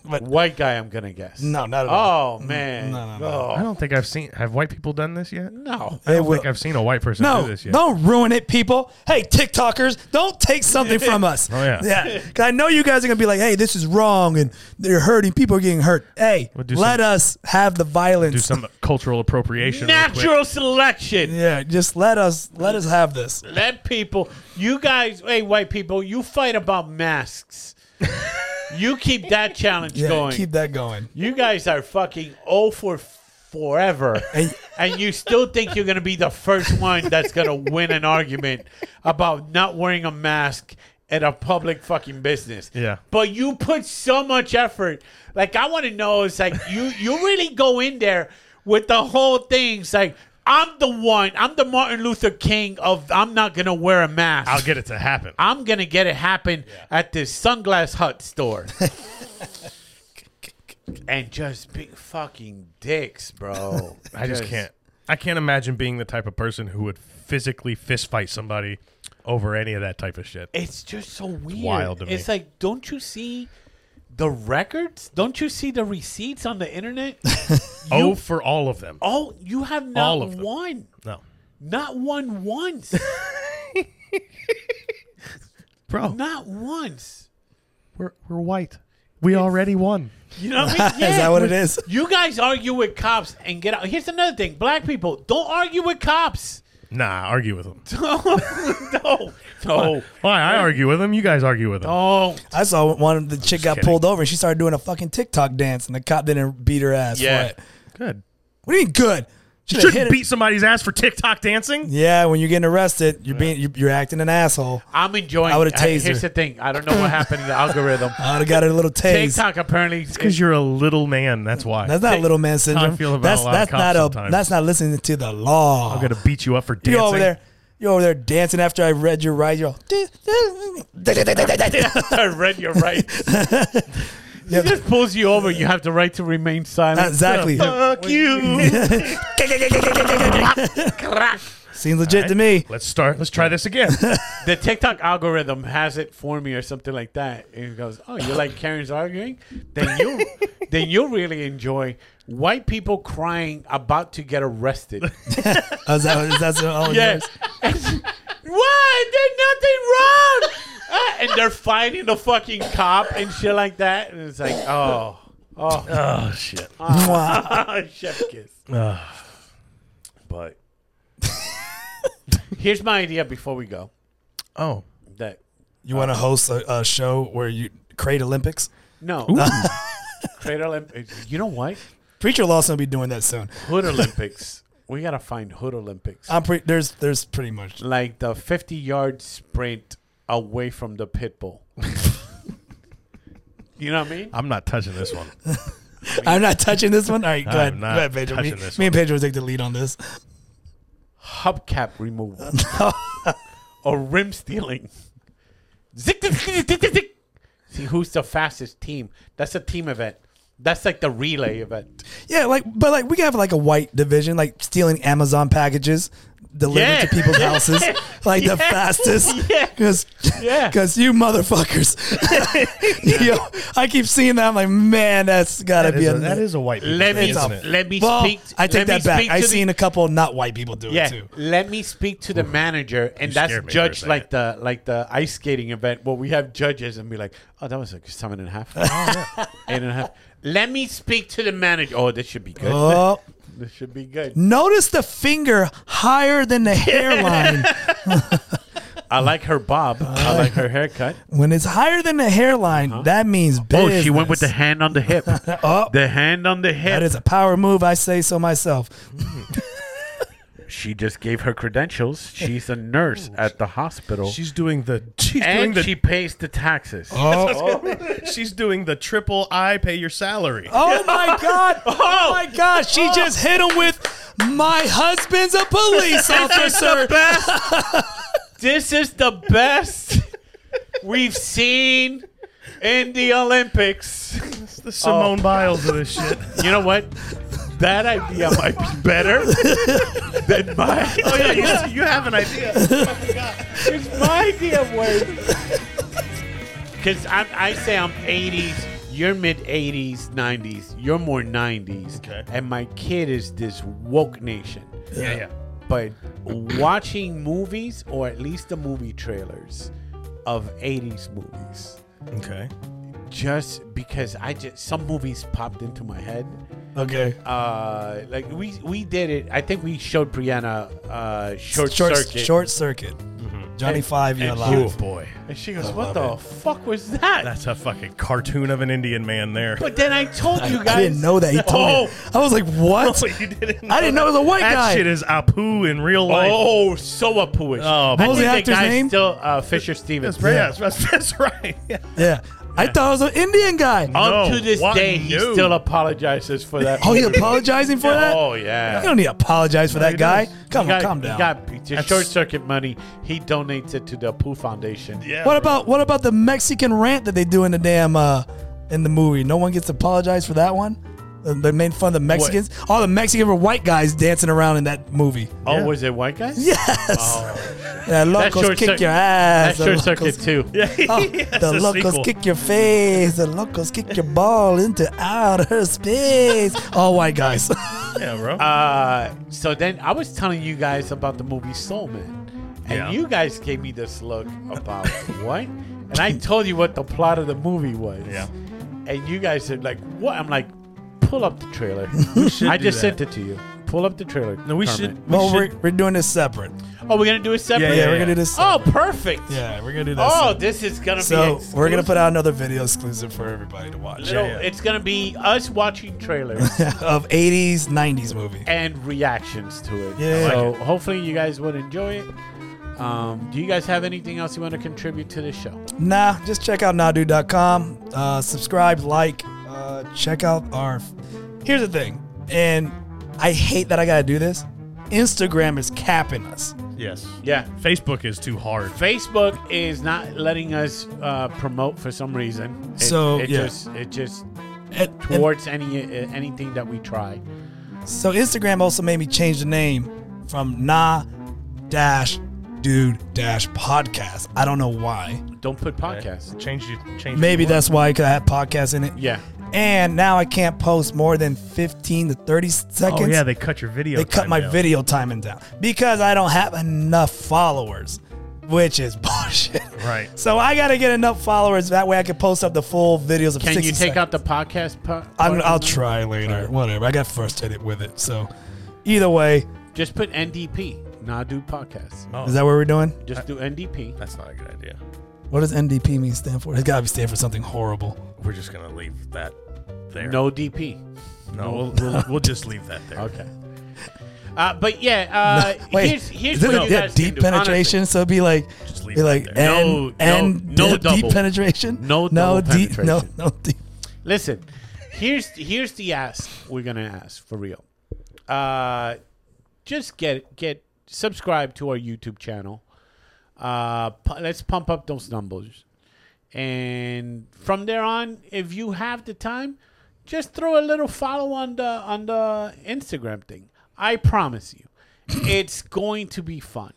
White guy, I'm gonna guess. No, not at all. Oh man. no, no, no. Oh, I don't think I've seen. Have white people done this yet? no. I don't They think will- I've seen a white person do No, this yet. don't ruin it, people. Hey, TikTokers, don't take something from us. *laughs* Oh, yeah. Because I know you guys are going to be like, hey, this is wrong and they're hurting. People are getting hurt. Hey, We'll do let some- us have the violence. Do some *laughs* cultural appropriation. real quick. Natural selection. *laughs* Yeah, just let us let us have this. Let people. You guys. Hey, white people. You fight about masks. you keep that challenge Yeah, going. keep that going. You guys are fucking oh for forever. And- and you still think you're going to be the first one that's going to win an argument about not wearing a mask at a public fucking business. Yeah. But you put so much effort. Like I want to know it's like you you really go in there with the whole thing. It's like I'm the one. I'm the Martin Luther King of I'm not going to wear a mask. I'll get it to happen. I'm gonna get it happen at this sunglass hut *laughs* store. and just big fucking dicks, bro. *laughs* I just can't. I can't imagine being the type of person who would physically fist fight somebody over any of that type of shit. It's just so weird. wild to me. It's like, don't you see the records? Don't you see the receipts on the *laughs* internet? oh, for all of them. oh, you have not All of them. one. No, Not one *laughs* once. bro, not once. we're we're white. We already won. You know what I *laughs* mean? Is Yeah. that what it is? You guys argue with cops and get out. Here's another thing. Black people, don't argue with cops. Nah, argue with them. no, Oh, no, no. Why? I argue with them. You guys argue with them. Oh, I saw one the chick got kidding. pulled over and she started doing a fucking TikTok dance and the cop didn't beat her ass Yeah. for it. Good. What do you mean good? You Should've shouldn't hit beat somebody's ass for TikTok dancing. Her. Yeah, when you're getting arrested, you're being you- you're acting an asshole. I'm enjoying. I would've Hey, tased Here's her. the thing. I don't know what happened to the *laughs* algorithm. I would have got her a little taste. TikTok apparently. Because you're a little man. That's why. That's not little man syndrome. I feel about that's a lot of that's cops not sometimes. that's not listening to the law. I'm gonna beat you up for dancing. you over there, *laughs* you over there dancing after I read your rights. You're all, *laughs* I read your right. It just pulls you over. You have the right to remain silent. *laughs* exactly. Fuck you. *laughs* Seems legit to me. Let's start. Let's try this again. The TikTok algorithm has it for me or something like that. And it goes, "Oh, you like Karen's arguing? Then *laughs* you, then you'll really enjoy white people crying about to get *laughs* arrested." Oh, is that, is that all it Yes. is? Why? There's nothing wrong. Ah, and they're fighting the fucking cop and shit like that. And it's like, oh, oh, oh shit. Wow. *laughs* chef kiss. but here's my idea before we go. Oh. That You want to host a, a show where you create Olympics? no, *laughs* Create Olympics. You know what? Preacher Lawson will be doing that soon. Hood Olympics. we gotta find Hood Olympics. I'm pre- there's there's pretty much like the 50 yard sprint away from the pit bull. you know what I mean? I'm not touching this one. I'm *laughs* not touching this one. All right, go I'm ahead. Go not ahead, Pedro. Me, touching this me and one. Pedro will take the lead on this. hubcap *laughs* removal *laughs* or rim stealing. Zick, zick, zick, zick, zick, zick. See who's the fastest team. That's a team event. That's like the relay event. Yeah, like but like we can have like a white division, like stealing Amazon packages. delivered *laughs* Yeah. to people's houses *laughs* like the fastest. Because Yeah. you motherfuckers. *laughs* Yo, I keep seeing that. I'm like, man, that's got to That be is, a, a, that is a white people Let thing, me isn't it? let me Well, speak. I let take me that back. speak to I've the- seen a couple not white people do Yeah, it too. let me speak to the manager, and that's scared me for a judged like the like the ice skating event where we have judges and be like, oh, that was like seven and a *laughs* half, Oh, eight and a half. Let me speak to the manager. Oh, this should be good. Oh, This should be good. notice the finger higher *laughs* than the hairline. I like her bob. I like her haircut. when it's higher than the hairline, that means business. Uh-huh. Oh, she went with the hand on the hip. The hand on the hip. That is a power move. I say so myself. she just gave her credentials. She's a nurse at the hospital. She's doing the she's doing and the she pays the taxes. she's doing the triple I pay your salary. Oh my god! Oh my god! She just hit him with my husband's a police officer. *laughs* This is the best *laughs* we've seen in the Olympics. It's the Simone Biles of this shit. You know what? That idea might be better than my. Oh yeah, you, you have an idea. It's my idea of Because I, I say I'm 80s, you're mid 80s, 90s, you're more 90s, Okay. and my kid is this woke nation. *laughs* Yeah, yeah. But watching movies, or at least the movie trailers of 80s movies, Okay. just because I just some movies popped into my head. Okay. Uh, like we we did it. I think we showed Brianna uh, short, Short circuit. short circuit. Johnny Five, you're Oh alive. boy, And she goes, "What the fuck was that?" that's a fucking cartoon of an Indian man there. But then I told you guys. I didn't know that he told oh, me. I was like, what? *laughs* Oh, you didn't. I didn't know it was a white that guy. shit is Apu in real life. Oh, so a pooish. Oh, I What was think the actor's guy's name? Still uh, Fisher Stevens. That's right. Yeah. That's, that's right. *laughs* Yeah. yeah. I thought it was an Indian guy. Up No, to this what? day, he No. still apologizes for Oh, that. Oh, you apologizing for that? Oh You yeah. don't need to apologize for that he guy. does. Come He on, got- calm he down. got the short circuit money. He donates it to the Pooh Foundation. Yeah. What about what about the Mexican rant that they do in the damn uh, in the movie? No one gets to apologize for that one. Uh, They made fun of the Mexicans. All the Mexican were white guys dancing around in that movie. Oh, was it white guys? Yes. Yeah, locals short kick circuit- your ass. That's The short locals- circuit too. Oh, Yes, the a locals sequel. kick your face. The locals kick your ball into outer space. All white guys. *laughs* Yeah, bro. Uh, so then I was telling you guys about the movie Soul Man, and Yeah. you guys gave me this look about what, and I told you what the plot of the movie was. Yeah. And you guys said like, "What?" I'm like, "Pull up the *laughs* trailer." should I do just that. sent it to you. Pull up the trailer. no, we Kermit. should. We well, should we're, we're doing this separate. Oh, we're gonna do it separate. Yeah, Yeah, we're yeah. gonna do this. Oh, perfect. yeah, we're gonna do this. Oh, separate. this is gonna be. so we're gonna exclusive. put out another video exclusive for everybody to watch Little, yeah. It's gonna be us watching *laughs* trailers of 80s, 90s movie. and reactions to it. Yeah. I So hopefully you guys would enjoy it. Um, do you guys have anything else you want to contribute to the show? Nah, just check out nowdude.com. Uh, subscribe, like, uh, check out our. Here's the thing, and I hate that I gotta do this. Instagram is capping us. yes. Yeah. Facebook is too hard. Facebook is not letting us uh, promote for some reason. It, So, it yeah. just it just And- and- towards any uh, anything that we try. so Instagram also made me change the name from nah dash dude dash podcast. I don't know why. Don't put podcasts. Change you. Change. Maybe your word. that's why cause I had podcast in it. Yeah. And now I can't post more than 15 to 30 seconds. Oh yeah, they cut your video. they cut time my down. video timing down because I don't have enough followers, which is *laughs* bullshit. Right. So I gotta get enough followers that way I can post up the full videos of. Can you 60 take seconds. out the podcast? Po- I'm, part I'll from try later. Whatever. I got frustrated with it. So, either way, that? Just put NDP. Nah, do podcasts. Oh, is that what we're doing? Just do NDP. that's not a good idea. What does NDP mean stand for? It's gotta be stand for something horrible. We're just gonna leave that there. No DP. no, we'll, we'll, we'll just leave that there. Okay. Uh, but yeah, uh, *laughs* Wait, here's here's is it what a- you yeah, guys can deep do, honestly. penetration? So it'd be like, Just leave be it like, there. No, and, and no, no deep- deep double. penetration. No no double deep, no, penetration. no deep. Listen, here's here's the ask we're gonna ask for real. Uh, just get get subscribe to our YouTube channel. Uh, pu- let's pump up those numbers, and from there on, if you have the time, just throw a little follow on the on the Instagram thing. I promise you, it's going to be fun.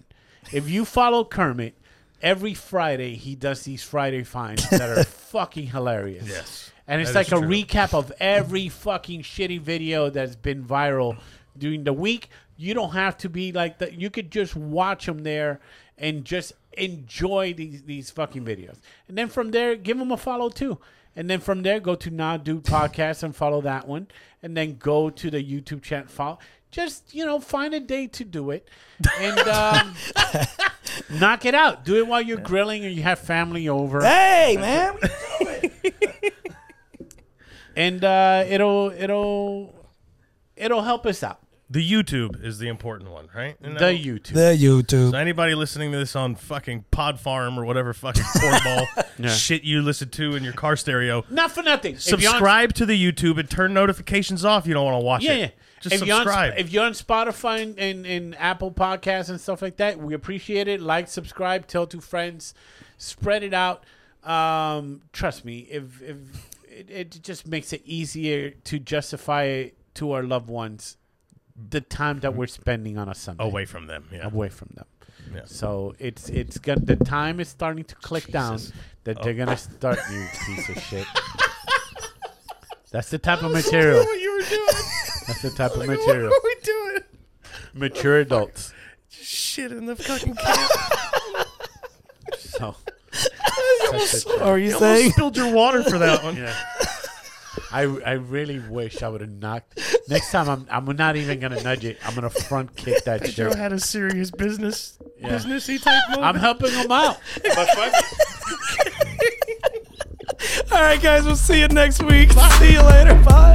If you follow Kermit, every Friday he does these Friday finds that are fucking hilarious. Yes. And it's That like is a true. recap of every fucking shitty video that's been viral during the week. You don't have to be like that. You could just watch them there and just enjoy these these fucking videos. And then from there, give them a follow too. And then from there, go to Nah Dude Podcast and follow that one. And then go to the YouTube channel. Follow. Just you know, find a day to do it, and *laughs* um, knock it out. Do it while you're grilling or you have family over. *laughs* Hey, *laughs* man. and uh, it'll it'll it'll help us out. The YouTube is the important one, right? And The that- YouTube. The YouTube. so anybody listening to this on fucking Pod Farm or whatever fucking cornball shit you listen to in your car stereo, Not for nothing. If you're on- subscribe to the YouTube and turn notifications off. You don't want to watch yeah, it. yeah. Just if you're, on, subscribe. Sp- if you're on Spotify and, and, and Apple Podcasts and stuff like that, we appreciate it. Like, subscribe, tell two friends, spread it out. Um, trust me, if, if it, it just makes it easier to justify to our loved ones the time that we're spending on a Sunday Away from them. Yeah. away from them. Yeah. So it's it's got the time is starting to click down that Oh. they're gonna *laughs* start you piece of shit. That's the type of material. *laughs* what you were doing? That's the type of material. What are we doing? Mature adults. Shit in the fucking can. *laughs* So Are you Almost saying? spilled your water for that one. I I really wish I would have knocked. Next time I'm I'm not even gonna nudge it. I'm gonna front kick *laughs* that Joe shit. had a serious business, Yeah. businessy type moment. I'm helping them out. All right, guys. We'll see you next week. See you later. Bye.